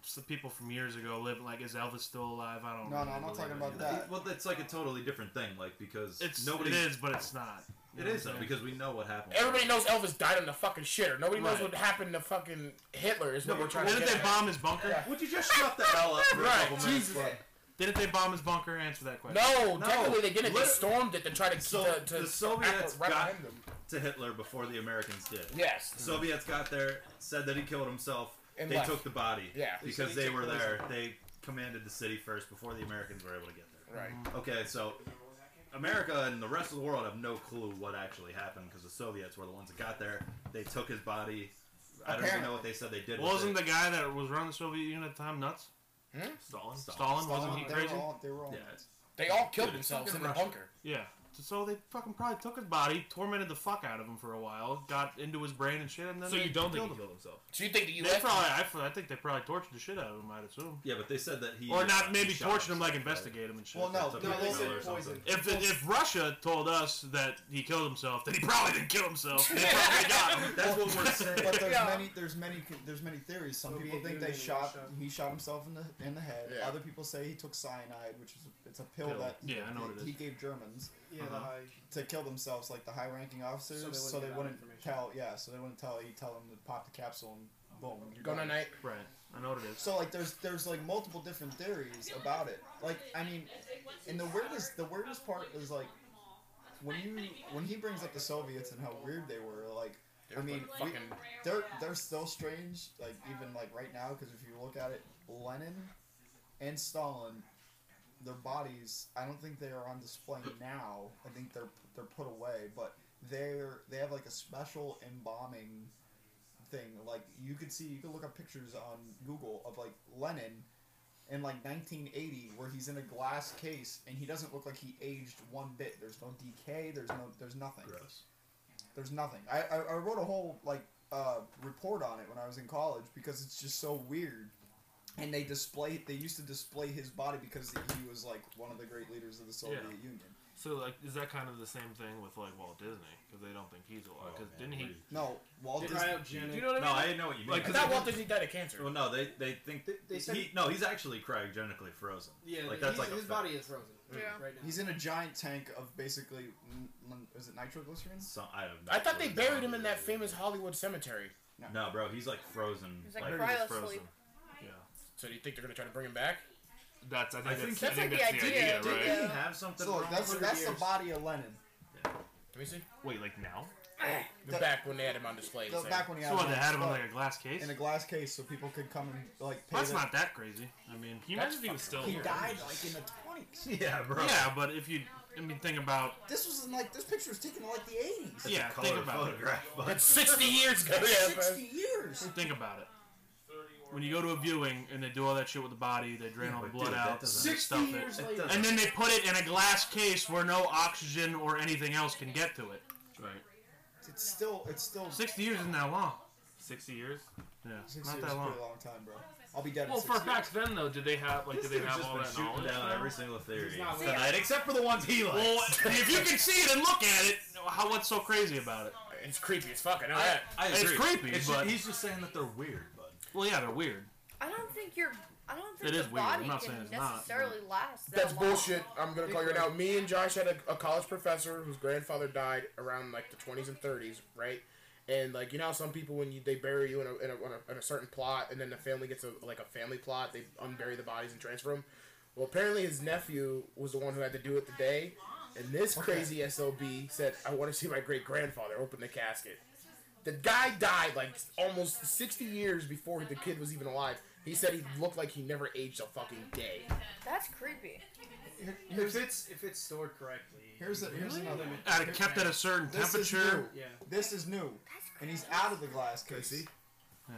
Speaker 6: some people from years ago living like is Elvis still alive? I don't.
Speaker 8: No, no, I'm
Speaker 6: really
Speaker 8: not talking
Speaker 6: believe
Speaker 8: about
Speaker 6: it.
Speaker 8: that.
Speaker 2: Well, that's like a totally different thing. Like because
Speaker 6: It's
Speaker 2: nobody.
Speaker 6: It is, but it's not.
Speaker 2: It is though because we know what happened.
Speaker 3: Everybody knows Elvis died on the fucking shitter. Nobody knows
Speaker 2: Right.
Speaker 3: what happened to fucking Hitler. Is what we're trying to
Speaker 6: Didn't
Speaker 3: get.
Speaker 6: they
Speaker 3: at.
Speaker 6: bomb his bunker?
Speaker 2: Would you just shut the hell up for a
Speaker 3: Right,
Speaker 2: couple minutes?
Speaker 3: Jesus.
Speaker 6: Uh-huh. Didn't they bomb his bunker? Answer that question.
Speaker 3: No, technically they didn't. They
Speaker 2: Lit-
Speaker 3: stormed it to try to
Speaker 2: So
Speaker 3: to, to
Speaker 2: the Soviets
Speaker 3: rep-
Speaker 2: got
Speaker 3: reprimand them.
Speaker 2: to Hitler before the Americans did.
Speaker 3: Yes.
Speaker 2: The Soviets got there, said that he killed himself.
Speaker 3: And
Speaker 2: they
Speaker 3: left.
Speaker 2: took the body.
Speaker 3: Yeah.
Speaker 2: Because they were there. They commanded the city first before the Americans were able to get there.
Speaker 3: Right.
Speaker 2: Okay, so America and the rest of the world have no clue what actually happened because the Soviets were the ones that got there. They took his body. I don't even know what they said they did. with
Speaker 6: Wasn't
Speaker 2: it.
Speaker 6: the guy that was running the Soviet Union at the time nuts?
Speaker 5: Stalin.
Speaker 6: Stalin, wasn't he
Speaker 8: they were
Speaker 6: crazy?
Speaker 8: all, they were all
Speaker 2: Yeah.
Speaker 3: They all killed themselves in the bunker.
Speaker 6: Yeah. So they fucking probably took his body, tormented the fuck out of him for a while, got into his brain and shit, and then
Speaker 5: So
Speaker 6: they
Speaker 5: you don't think
Speaker 6: killed
Speaker 5: he
Speaker 6: him.
Speaker 5: killed himself?
Speaker 3: Do you think the
Speaker 6: They
Speaker 3: U.S.
Speaker 6: probably, I, f- I think they probably tortured the shit out of him. I'd assume,
Speaker 2: Yeah, but they said that he
Speaker 6: or not maybe
Speaker 2: he shot
Speaker 6: tortured him, like
Speaker 2: himself, right?
Speaker 6: investigate him and shit.
Speaker 8: Well, no,
Speaker 2: That's a
Speaker 8: no, they
Speaker 2: Rick
Speaker 8: said
Speaker 2: Miller or something.
Speaker 8: poison.
Speaker 6: If the, if Russia told us that he killed himself, then he probably didn't kill himself. They probably got him.
Speaker 2: That's what we're saying.
Speaker 8: But there's
Speaker 7: Yeah.
Speaker 8: many, there's many, there's many theories. Some
Speaker 4: Soviet
Speaker 8: people think they
Speaker 4: Union
Speaker 8: shot,
Speaker 4: Russia.
Speaker 8: he shot himself in the in the head.
Speaker 3: Yeah.
Speaker 8: Other people say he took cyanide, which is it's a pill,
Speaker 2: Pill.
Speaker 8: that
Speaker 6: Yeah, I know what it
Speaker 8: he
Speaker 6: is.
Speaker 8: gave Germans
Speaker 4: Yeah,
Speaker 6: Uh-huh.
Speaker 8: to kill themselves, like the high-ranking officers,
Speaker 4: So they
Speaker 8: so
Speaker 4: wouldn't
Speaker 8: they
Speaker 4: get that
Speaker 8: wouldn't
Speaker 4: information.
Speaker 8: tell. Yeah, so they wouldn't tell. He tell them to pop the capsule and boom. you're
Speaker 3: Go
Speaker 8: done.
Speaker 3: night.
Speaker 6: Right, I know what it is.
Speaker 8: So like, there's there's like multiple different theories about it. Like, I mean, and the weirdest the weirdest part is like when you when he brings up the Soviets and how weird they were. Like, I mean, we,
Speaker 3: fucking-
Speaker 8: they're they're still strange. Like even like right now, because if you look at it, Lenin and Stalin, their bodies. I don't think they are on display now. I think they're they're put away, but they're they have like a special embalming thing. Like you could see, you could look up pictures on Google of like Lenin in like 1980, where he's in a glass case and he doesn't look like he aged one bit. There's no decay. There's no. There's nothing.
Speaker 2: Gross.
Speaker 8: There's nothing. I, I, I wrote a whole like uh, report on it when I was in college because it's just so weird. And they display they used to display his body because he was like one of the great leaders of the Soviet
Speaker 5: Yeah.
Speaker 8: Union.
Speaker 5: So like, is that kind of the same thing with like Walt Disney? Because they don't think he's alive. Because
Speaker 2: Oh, man,
Speaker 5: didn't he?
Speaker 2: we-
Speaker 8: No, Walt Disney.
Speaker 5: Do you
Speaker 4: Cryogenic.
Speaker 5: know what
Speaker 2: No,
Speaker 5: I
Speaker 2: I
Speaker 5: mean?
Speaker 2: didn't know what you mean.
Speaker 5: Like,
Speaker 3: I thought Walt Disney died of cancer.
Speaker 2: Well, no, they they think that
Speaker 4: They said-
Speaker 2: he, no, he's actually cryogenically frozen.
Speaker 4: Yeah,
Speaker 2: like
Speaker 4: like
Speaker 2: that's like a
Speaker 4: his
Speaker 2: fact.
Speaker 4: body is frozen
Speaker 7: Yeah.
Speaker 4: right now.
Speaker 8: He's in a giant tank of basically, n- n- is it nitroglycerin?
Speaker 2: Some, I, have no
Speaker 3: I thought they
Speaker 2: clue.
Speaker 3: buried him in that famous Hollywood cemetery.
Speaker 2: No, bro, he's like frozen.
Speaker 7: He's like
Speaker 2: he
Speaker 7: cryo
Speaker 2: was
Speaker 7: sleep.
Speaker 3: So do you think they're gonna try to bring him back?
Speaker 5: That's I think
Speaker 2: I
Speaker 5: that's,
Speaker 2: think
Speaker 5: I think
Speaker 7: that's,
Speaker 5: that's the
Speaker 7: like, the
Speaker 5: idea,
Speaker 7: idea,
Speaker 5: right?
Speaker 2: Did he
Speaker 7: Yeah.
Speaker 2: have something?
Speaker 8: So
Speaker 2: wrong
Speaker 8: that's
Speaker 2: with
Speaker 8: that's the
Speaker 2: his-
Speaker 8: body of Lenin.
Speaker 3: Let me see.
Speaker 5: Wait, like now?
Speaker 3: The back when they had him on display.
Speaker 8: The-
Speaker 3: so-
Speaker 8: back when he
Speaker 6: So
Speaker 8: had,
Speaker 6: what,
Speaker 8: him
Speaker 6: they
Speaker 8: on
Speaker 6: had him in
Speaker 8: spot-
Speaker 6: like a glass case.
Speaker 8: in a glass case so people could come and like. Pay
Speaker 6: That's
Speaker 8: them.
Speaker 6: not that crazy. I mean,
Speaker 5: Can you imagine if he was still
Speaker 3: fucking-
Speaker 8: He
Speaker 5: here?
Speaker 8: died like in the twenties.
Speaker 2: Yeah, bro.
Speaker 6: yeah, but if you, I mean, think about
Speaker 8: This was in like this picture was taken in like the eighties.
Speaker 2: That's
Speaker 6: yeah,
Speaker 2: a color
Speaker 6: think about it.
Speaker 2: photograph.
Speaker 3: That's
Speaker 2: But
Speaker 3: 60 years ago. Yeah, bro.
Speaker 8: Sixty years.
Speaker 6: Think about it. When you go to a viewing and they do all that shit with the body, they drain
Speaker 2: Yeah,
Speaker 6: all the
Speaker 2: but
Speaker 6: blood
Speaker 2: dude, that
Speaker 6: out,
Speaker 2: doesn't-
Speaker 6: and stuff it,
Speaker 2: it doesn't-
Speaker 6: and then they put it in a glass case where no oxygen or anything else can get to it.
Speaker 5: Right.
Speaker 8: It's still it's still
Speaker 6: Sixty years isn't that long.
Speaker 5: Sixty years.
Speaker 6: Yeah,
Speaker 8: Six
Speaker 6: not
Speaker 8: years
Speaker 6: that
Speaker 8: is a
Speaker 6: long.
Speaker 8: pretty long time, bro. I'll be dead.
Speaker 5: Well,
Speaker 8: in six
Speaker 5: for
Speaker 8: years.
Speaker 5: back then though, did they have like
Speaker 2: this
Speaker 5: did they
Speaker 2: dude's
Speaker 5: have
Speaker 2: just
Speaker 5: all
Speaker 2: been
Speaker 5: that
Speaker 2: shooting
Speaker 5: knowledge?
Speaker 2: down
Speaker 5: now?
Speaker 2: every single theory
Speaker 4: He's not-
Speaker 2: tonight, except for the ones he likes.
Speaker 6: Well, if you can see it and look at it, how what's so crazy about it?
Speaker 3: It's creepy as fuck. I know
Speaker 2: I,
Speaker 3: that.
Speaker 2: I
Speaker 6: It's
Speaker 2: agree.
Speaker 6: creepy,
Speaker 2: It's
Speaker 6: but-
Speaker 2: ju- he's just saying that they're weird, bud.
Speaker 6: Well, yeah, they're weird.
Speaker 7: I don't think your I don't think
Speaker 6: It
Speaker 7: the
Speaker 6: is weird. I'm
Speaker 7: body
Speaker 6: not
Speaker 7: can
Speaker 6: saying it's not,
Speaker 7: necessarily last. That
Speaker 3: That's
Speaker 7: long.
Speaker 3: bullshit. I'm gonna call you right now. Me and Josh had a, a college professor whose grandfather died around like the 20s and 30s, right? And like you know, how some people when you, they bury you in a, in, a, in, a, in a certain plot, and then the family gets a like a family plot, they unbury the bodies and transfer them. Well, apparently his nephew was the one who had to do it today, and this crazy sob said, "I want to see my great grandfather open the casket." The guy died like almost 60 years before the kid was even alive. He said he looked like he never aged a fucking day.
Speaker 7: That's creepy.
Speaker 8: Here- here's
Speaker 4: If it's if it's stored correctly.
Speaker 8: here's a, here's another.
Speaker 6: I'd have kept at a certain
Speaker 8: This is
Speaker 6: temperature.
Speaker 8: new.
Speaker 4: Yeah.
Speaker 8: This is new, and he's out of the glass case.
Speaker 6: Yeah.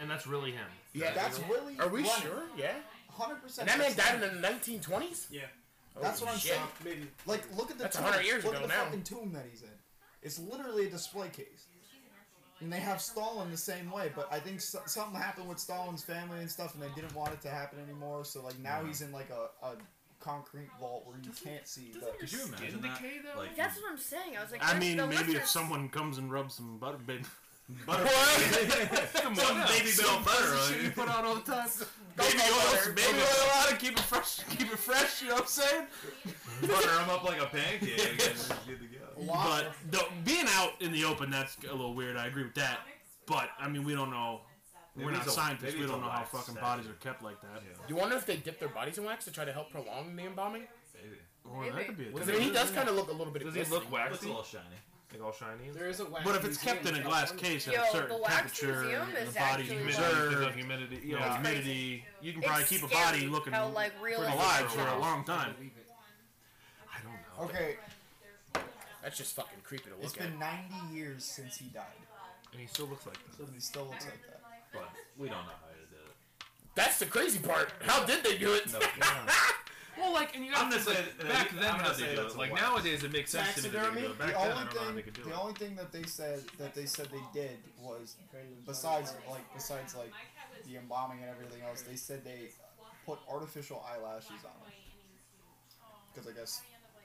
Speaker 5: And that's really him.
Speaker 3: Yeah,
Speaker 8: That's really.
Speaker 3: Are we sure? Yeah.
Speaker 8: Hundred percent.
Speaker 3: And that man died in the 1920s.
Speaker 4: Yeah.
Speaker 8: That's what I'm
Speaker 3: shit.
Speaker 8: saying.
Speaker 4: Maybe.
Speaker 8: Like, look at the
Speaker 3: That's
Speaker 8: tomb.
Speaker 3: 100 years
Speaker 8: look
Speaker 3: ago
Speaker 8: at the
Speaker 3: now.
Speaker 8: fucking tomb that he's in. It's literally a display case. And they have Stalin the same way, but I think so- something happened with Stalin's family and stuff, and they didn't want it to happen anymore. So like now he's in like a, a concrete vault where you can't see. The,
Speaker 2: Could you imagine
Speaker 5: Skin
Speaker 2: that?
Speaker 5: decay, though?
Speaker 2: Like,
Speaker 7: That's what I'm saying. I was like,
Speaker 6: I
Speaker 7: there's
Speaker 6: mean,
Speaker 7: the
Speaker 6: maybe if
Speaker 7: listeners-
Speaker 6: someone comes and rubs some butter, big
Speaker 9: Some baby bell butter on
Speaker 6: shit you
Speaker 9: it.
Speaker 6: put out all the time.
Speaker 9: Baby oil,
Speaker 6: Baby
Speaker 9: baby
Speaker 6: oil out and keep it fresh. Keep it fresh. You know what I'm saying?
Speaker 9: butter them up like a pancake. and it's good to go.
Speaker 6: But the, being out in the open, that's a little weird. I agree with that. But I mean, we don't know. We're
Speaker 2: Maybe
Speaker 6: not
Speaker 2: it's a-
Speaker 6: scientists.
Speaker 2: maybe
Speaker 6: We
Speaker 2: it's
Speaker 6: don't
Speaker 2: a
Speaker 6: know how
Speaker 2: wax
Speaker 6: fucking
Speaker 2: statue.
Speaker 6: bodies are kept like that.
Speaker 9: Yeah.
Speaker 3: You wonder if they dip their bodies in wax to try to help prolong the embalming?
Speaker 2: Maybe.
Speaker 6: Or that could be a
Speaker 3: Because I
Speaker 6: thing.
Speaker 3: mean, he does kind of look a little bit.
Speaker 5: Does he look
Speaker 2: Looks a
Speaker 5: waxy?
Speaker 2: little shiny.
Speaker 5: Like all shiny? and-
Speaker 4: There is a wax
Speaker 6: But if it's kept in
Speaker 4: museum
Speaker 6: a glass
Speaker 4: California.
Speaker 6: case at a
Speaker 7: Yo,
Speaker 6: certain
Speaker 7: the wax
Speaker 6: temperature,
Speaker 7: museum
Speaker 6: and
Speaker 7: is
Speaker 6: the body's
Speaker 7: actually, like-
Speaker 5: Humidity, 'cause of
Speaker 6: preserved,
Speaker 5: humidity.
Speaker 6: you
Speaker 5: Yeah.
Speaker 6: know,
Speaker 7: crazy.
Speaker 6: humidity, you can
Speaker 7: It's
Speaker 6: probably keep a
Speaker 7: scary
Speaker 6: body looking
Speaker 7: how, like, real it
Speaker 6: alive
Speaker 7: is
Speaker 6: for a
Speaker 7: now.
Speaker 6: long time.
Speaker 4: Believe it.
Speaker 5: I don't know.
Speaker 8: Okay,
Speaker 3: That's just fucking creepy to
Speaker 8: it's
Speaker 3: look at.
Speaker 8: been 90 years since he died,
Speaker 5: And he still looks like that.
Speaker 8: so he still looks like that.
Speaker 2: But we don't know how he did it.
Speaker 3: That's the crazy part. How did they do it?
Speaker 2: No.
Speaker 5: Well, like, and you gotta
Speaker 2: I'm gonna
Speaker 5: think,
Speaker 2: say
Speaker 5: like,
Speaker 2: that-
Speaker 5: back
Speaker 2: I'm
Speaker 5: then
Speaker 2: gonna
Speaker 5: how
Speaker 2: say
Speaker 5: they do
Speaker 2: that's
Speaker 5: it.
Speaker 2: a
Speaker 5: Like
Speaker 2: wax.
Speaker 5: now nowadays, it makes sense to me that they
Speaker 8: Taxidermy.
Speaker 5: do it. Back
Speaker 8: The
Speaker 5: then, I
Speaker 8: only
Speaker 5: don't know how they
Speaker 8: thing,
Speaker 5: could do
Speaker 8: the
Speaker 5: it.
Speaker 8: only thing that they said that they said they did was, besides like besides like the embalming and everything else, they said they put artificial eyelashes on them because I guess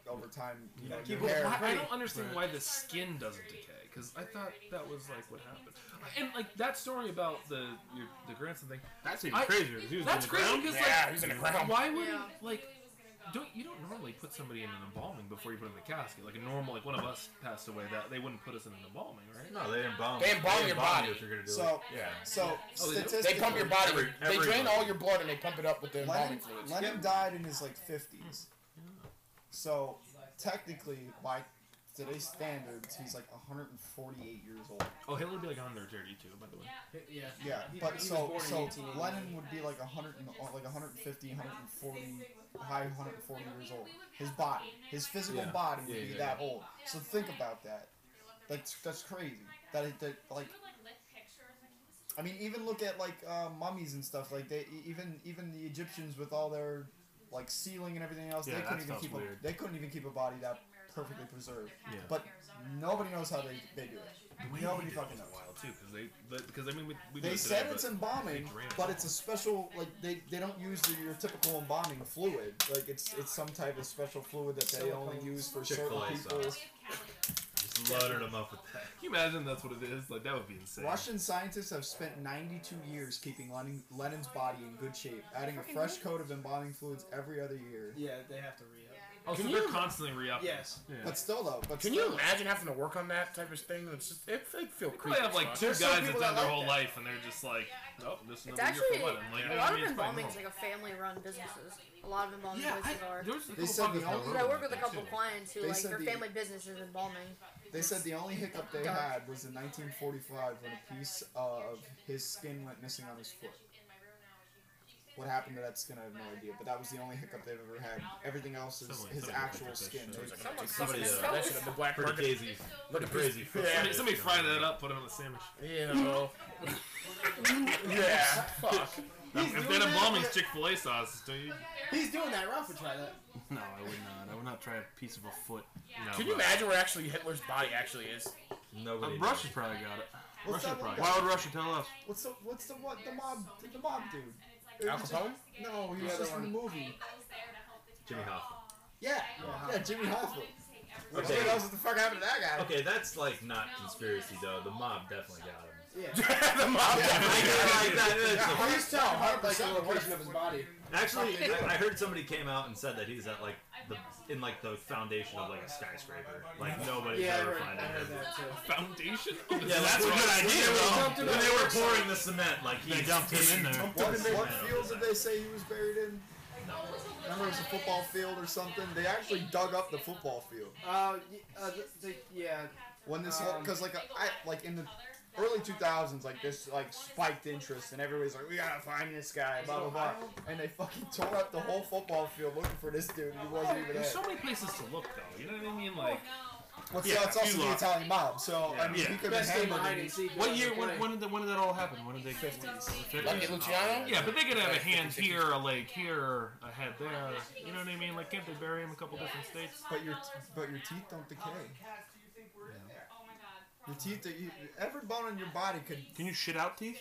Speaker 8: over time you know your Well,
Speaker 5: I-
Speaker 8: hair.
Speaker 5: I don't understand why the skin doesn't decay because I thought that was like what happened. And like that story about the your, the grandson thing.
Speaker 6: That's even
Speaker 5: I-
Speaker 6: crazier. 'cause he was
Speaker 5: That's
Speaker 6: in the
Speaker 5: crazy
Speaker 6: ground.
Speaker 5: because
Speaker 3: Yeah,
Speaker 5: like
Speaker 3: he's in the ground.
Speaker 5: why would
Speaker 7: Yeah.
Speaker 5: like don't you don't normally put somebody in an embalming before you put them in the casket like a normal like one of us passed away that they wouldn't put us in an embalming right?
Speaker 2: No, they embalm.
Speaker 3: They embalm your body.
Speaker 2: you if you're gonna do
Speaker 8: So
Speaker 2: it. Yeah.
Speaker 8: so
Speaker 5: Oh, they do?
Speaker 8: statistically,
Speaker 3: They pump your body.
Speaker 2: Every-
Speaker 3: they drain
Speaker 2: everybody.
Speaker 3: all your blood and they pump it up with the embalming
Speaker 8: Lennon,
Speaker 3: fluids.
Speaker 8: Lennon died in his like 50s.
Speaker 4: Hmm.
Speaker 8: So technically, by today's standards, he's like 148 years old.
Speaker 5: Oh, Hitler would be like 132 by the way.
Speaker 4: Yeah.
Speaker 8: Yeah,
Speaker 4: He- he
Speaker 8: but
Speaker 4: was
Speaker 8: so
Speaker 4: born in
Speaker 8: so
Speaker 4: 1889.
Speaker 8: Lennon would be like 100 and, like 150, 140, high 140 years old. His body, his physical
Speaker 2: Yeah.
Speaker 8: body
Speaker 2: Yeah,
Speaker 8: would be
Speaker 2: yeah,
Speaker 8: that old. So think about that. That's that's crazy. That it that like I mean, even look at like uh, mummies and stuff. Like they e- even even the Egyptians with all their like sealing and everything else,
Speaker 6: Yeah,
Speaker 8: they
Speaker 6: that
Speaker 8: couldn't even
Speaker 6: stuff's
Speaker 8: keep
Speaker 6: weird.
Speaker 8: a they couldn't even keep a body that perfectly preserved.
Speaker 5: Yeah.
Speaker 8: But nobody knows how they, they do it. Nobody fucking knows.
Speaker 5: Wild too because they because I mean we, we do
Speaker 8: They
Speaker 5: it today,
Speaker 8: said
Speaker 5: but-
Speaker 8: it's embalming,
Speaker 5: drain it
Speaker 8: but
Speaker 5: all.
Speaker 8: it's a special like they, they don't use the, your typical embalming fluid. Like it's it's some type of special fluid that they only use for certain
Speaker 2: Chick-fil-A
Speaker 8: people.
Speaker 2: sauce. Just loaded them up with that.
Speaker 5: Can you imagine that's what it is? Like that would be insane.
Speaker 8: Russian scientists have spent 92 years keeping Lenin, Lenin's body in good shape, adding a fresh coat of embalming fluids every other year.
Speaker 4: Yeah, they have to re up.
Speaker 5: Oh, so
Speaker 3: Can
Speaker 5: they're
Speaker 3: you-
Speaker 5: constantly re-upping.
Speaker 4: Yes.
Speaker 5: Yeah.
Speaker 8: But still, though, but
Speaker 3: Can
Speaker 8: still,
Speaker 3: you imagine having to work on that type of thing? It's just, it, it'd feel
Speaker 5: We
Speaker 3: creepy.
Speaker 5: have like
Speaker 3: as
Speaker 5: two guys
Speaker 3: fuck.
Speaker 8: There's some
Speaker 5: that's
Speaker 8: people
Speaker 5: done
Speaker 8: that
Speaker 5: their
Speaker 8: like
Speaker 5: whole
Speaker 8: that.
Speaker 5: life, and they're just like, nope, this is
Speaker 7: It's
Speaker 5: another year
Speaker 7: actually
Speaker 5: for London. Like, you
Speaker 7: a
Speaker 5: know
Speaker 7: lot
Speaker 5: what I
Speaker 7: of
Speaker 5: mean? It's probably
Speaker 7: embalmings
Speaker 5: normal.
Speaker 7: like a family run businesses. A lot of embalming
Speaker 5: yeah, I,
Speaker 7: businesses are.
Speaker 5: there's a couple
Speaker 8: They said
Speaker 5: fuckers
Speaker 8: the
Speaker 5: that
Speaker 8: only-
Speaker 5: work
Speaker 7: Because I
Speaker 5: on that
Speaker 7: work with a
Speaker 5: thing,
Speaker 7: couple
Speaker 5: too.
Speaker 7: clients who
Speaker 8: They
Speaker 7: like
Speaker 8: said
Speaker 7: their
Speaker 8: the-
Speaker 7: family business is embalming.
Speaker 8: They said the only hiccup they had was in 1945 when a piece of his skin went missing on his foot. What happened to that skin, I have no idea, but that was the only hiccup they've ever had. Everything else is
Speaker 5: Someone-
Speaker 8: his
Speaker 5: someone
Speaker 8: actual
Speaker 5: looked at that
Speaker 8: skin.
Speaker 5: shit.
Speaker 8: They-
Speaker 7: Someone
Speaker 2: somebody,
Speaker 7: fucking
Speaker 2: uh,
Speaker 7: stole
Speaker 3: That
Speaker 7: his
Speaker 3: shit at the black
Speaker 2: Pretty
Speaker 3: market.
Speaker 2: crazy.
Speaker 3: Look
Speaker 2: Pretty
Speaker 3: at
Speaker 2: crazy. food.
Speaker 3: Yeah.
Speaker 5: Somebody, somebody fry that up, put it on a sandwich.
Speaker 3: Ew. yeah. Fuck.
Speaker 4: He's
Speaker 5: if that
Speaker 4: doing that
Speaker 5: embalming's
Speaker 4: for-
Speaker 5: Chick Fil A sauce, do you?
Speaker 4: He's doing that. Ralph would try that.
Speaker 6: No, I would not. I would not try a piece of a foot.
Speaker 5: No,
Speaker 3: Can you imagine where actually Hitler's body actually is?
Speaker 2: Nobody.
Speaker 6: Uh,
Speaker 2: knows.
Speaker 6: Russia's probably got it.
Speaker 8: What's
Speaker 6: Russia
Speaker 8: that one
Speaker 6: probably.
Speaker 8: guy?
Speaker 6: Why would Russia tell us?
Speaker 8: What's the what's the what the mob the mob dude? It
Speaker 3: Al
Speaker 8: was just-
Speaker 3: Capone?
Speaker 8: No, he
Speaker 4: The
Speaker 8: was
Speaker 4: other
Speaker 8: just in the movie.
Speaker 2: Jimmy Hoffa.
Speaker 8: Yeah, yeah, Jimmy Hoffa.
Speaker 2: Okay.
Speaker 8: Nobody knows what the fuck happened to that guy.
Speaker 2: Okay, that's like not conspiracy though. The mob definitely got him.
Speaker 4: Yeah.
Speaker 3: the mob.
Speaker 2: I
Speaker 8: Yeah.
Speaker 2: got like that.
Speaker 8: Yeah,
Speaker 2: That's
Speaker 8: I'm
Speaker 2: the-
Speaker 8: just telling
Speaker 4: Hard
Speaker 8: hard
Speaker 4: like
Speaker 8: like
Speaker 4: a
Speaker 8: what if-
Speaker 4: location of his body.
Speaker 2: Actually, I I heard somebody came out and said that he's at like the in like the foundation of like a skyscraper. Like nobody's
Speaker 4: Yeah, I
Speaker 2: ever
Speaker 4: heard, I
Speaker 2: finding
Speaker 4: heard
Speaker 2: him.
Speaker 4: that too.
Speaker 5: Foundation? Of the
Speaker 2: Yeah, that's a
Speaker 5: what
Speaker 2: good idea.
Speaker 4: dumped
Speaker 2: though.
Speaker 4: him
Speaker 2: When
Speaker 4: in
Speaker 2: they
Speaker 4: the
Speaker 2: were
Speaker 4: works.
Speaker 2: pouring the cement, like he
Speaker 6: They dumped him in there.
Speaker 2: dumped
Speaker 8: What,
Speaker 2: the
Speaker 8: did- what
Speaker 2: cement over
Speaker 8: field did
Speaker 2: there.
Speaker 8: they say he was buried in? Remember, it was a football field or something. They actually dug up the football field
Speaker 4: Uh, y- uh, the, the, yeah.
Speaker 8: when this
Speaker 7: Um,
Speaker 8: whole because like I like in the early 2000s, like this like spiked interest and everybody's like, we gotta find this guy, blah blah blah, and they fucking tore up the whole football field looking for this dude. and He wasn't even there.
Speaker 5: There's so many places to look though. You know what I mean? Like,
Speaker 8: Well, so
Speaker 6: Yeah,
Speaker 8: it's also
Speaker 6: you
Speaker 8: the
Speaker 6: lot.
Speaker 8: Italian mob, so I mean,
Speaker 6: Yeah.
Speaker 8: he could have
Speaker 4: Best game
Speaker 8: been
Speaker 4: of hide
Speaker 8: handled.
Speaker 4: and seek.
Speaker 6: What
Speaker 4: was
Speaker 6: year?
Speaker 4: the
Speaker 6: When,
Speaker 4: play.
Speaker 6: when did when did that all happen? When did they?
Speaker 3: Lucky Luciano?
Speaker 5: yeah, but they could have a hand here, a leg here, a head there. You know what I mean? Like, can't they bury him a couple different states?
Speaker 8: But your but your teeth don't decay. Your teeth, that you, every bone in your body could.
Speaker 6: Can you shit out teeth?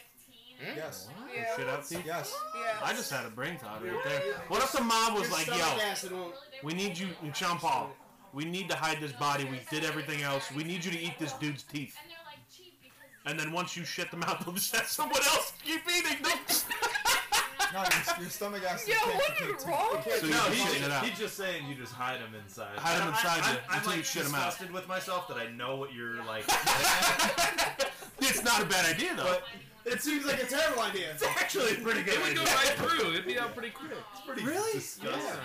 Speaker 8: Yes.
Speaker 7: Yeah.
Speaker 6: Shit out teeth.
Speaker 8: Yes.
Speaker 7: Yeah.
Speaker 6: I just had a brain thought right there. What if the mob was
Speaker 4: Your
Speaker 6: like,
Speaker 4: stomach
Speaker 6: yo,
Speaker 4: acid won't.
Speaker 6: we need you, Sean Paul. We need to hide this body. We did everything else. We need you to eat this dude's teeth. and then once you shit them out, they'll just have someone else keep eating them.
Speaker 8: No, your, your stomach has to
Speaker 7: Yo,
Speaker 8: take
Speaker 7: what
Speaker 8: the
Speaker 7: is
Speaker 8: too.
Speaker 7: wrong?
Speaker 6: so
Speaker 2: no,
Speaker 6: you
Speaker 2: he's
Speaker 6: just
Speaker 2: just,
Speaker 6: shit it out.
Speaker 2: he's just saying you just hide them inside.
Speaker 6: Hide 'em inside
Speaker 2: I,
Speaker 6: you
Speaker 2: I'm
Speaker 6: until
Speaker 2: like
Speaker 6: you shit 'em out.
Speaker 2: disgusted with myself that I know what you're like.
Speaker 6: It's not a bad idea though.
Speaker 2: but
Speaker 8: It seems like a terrible idea.
Speaker 2: it's actually a pretty good.
Speaker 5: It would go
Speaker 2: idea.
Speaker 5: right through. It'd be out pretty quick.
Speaker 2: It's pretty
Speaker 8: Really?
Speaker 2: disgusting.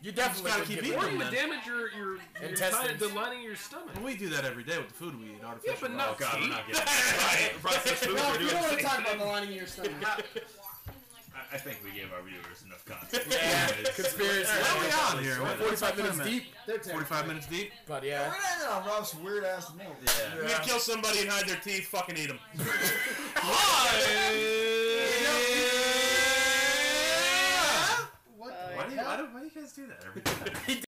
Speaker 3: You
Speaker 6: just
Speaker 3: definitely
Speaker 6: gotta
Speaker 3: would
Speaker 6: keep
Speaker 3: get
Speaker 6: eating
Speaker 5: Or
Speaker 3: rid
Speaker 5: you
Speaker 3: of
Speaker 6: them.
Speaker 5: would damage your your, your
Speaker 3: Intestines.
Speaker 5: the lining of your stomach.
Speaker 6: And we do that every day with the food we eat. Artificial.
Speaker 5: Yeah, but
Speaker 2: Oh
Speaker 5: not
Speaker 2: god, we're
Speaker 5: tea.
Speaker 2: not getting.
Speaker 5: Processed food,
Speaker 4: Well,
Speaker 5: we're
Speaker 4: if you
Speaker 5: doing
Speaker 4: don't want
Speaker 5: the
Speaker 4: to
Speaker 5: same
Speaker 4: talk about
Speaker 5: thing.
Speaker 4: the lining of your stomach.
Speaker 2: I, I think we gave our viewers enough content.
Speaker 3: Yeah,
Speaker 2: Anyways.
Speaker 3: conspiracy.
Speaker 6: Where are we on here?
Speaker 2: What-
Speaker 3: Forty-five
Speaker 6: Wait a
Speaker 3: minutes
Speaker 6: minute.
Speaker 3: deep,
Speaker 4: They're terrible.
Speaker 6: Forty-five minutes deep.
Speaker 3: but
Speaker 8: We're
Speaker 3: yeah.
Speaker 8: gonna end it on Ralph's weird ass note.
Speaker 2: Yeah.
Speaker 6: We kill somebody and hide their teeth. Fucking eat them.
Speaker 8: Yeah.
Speaker 4: What the
Speaker 7: Uh, Uh,
Speaker 2: Why do, you, why, do, why do you guys do that every time?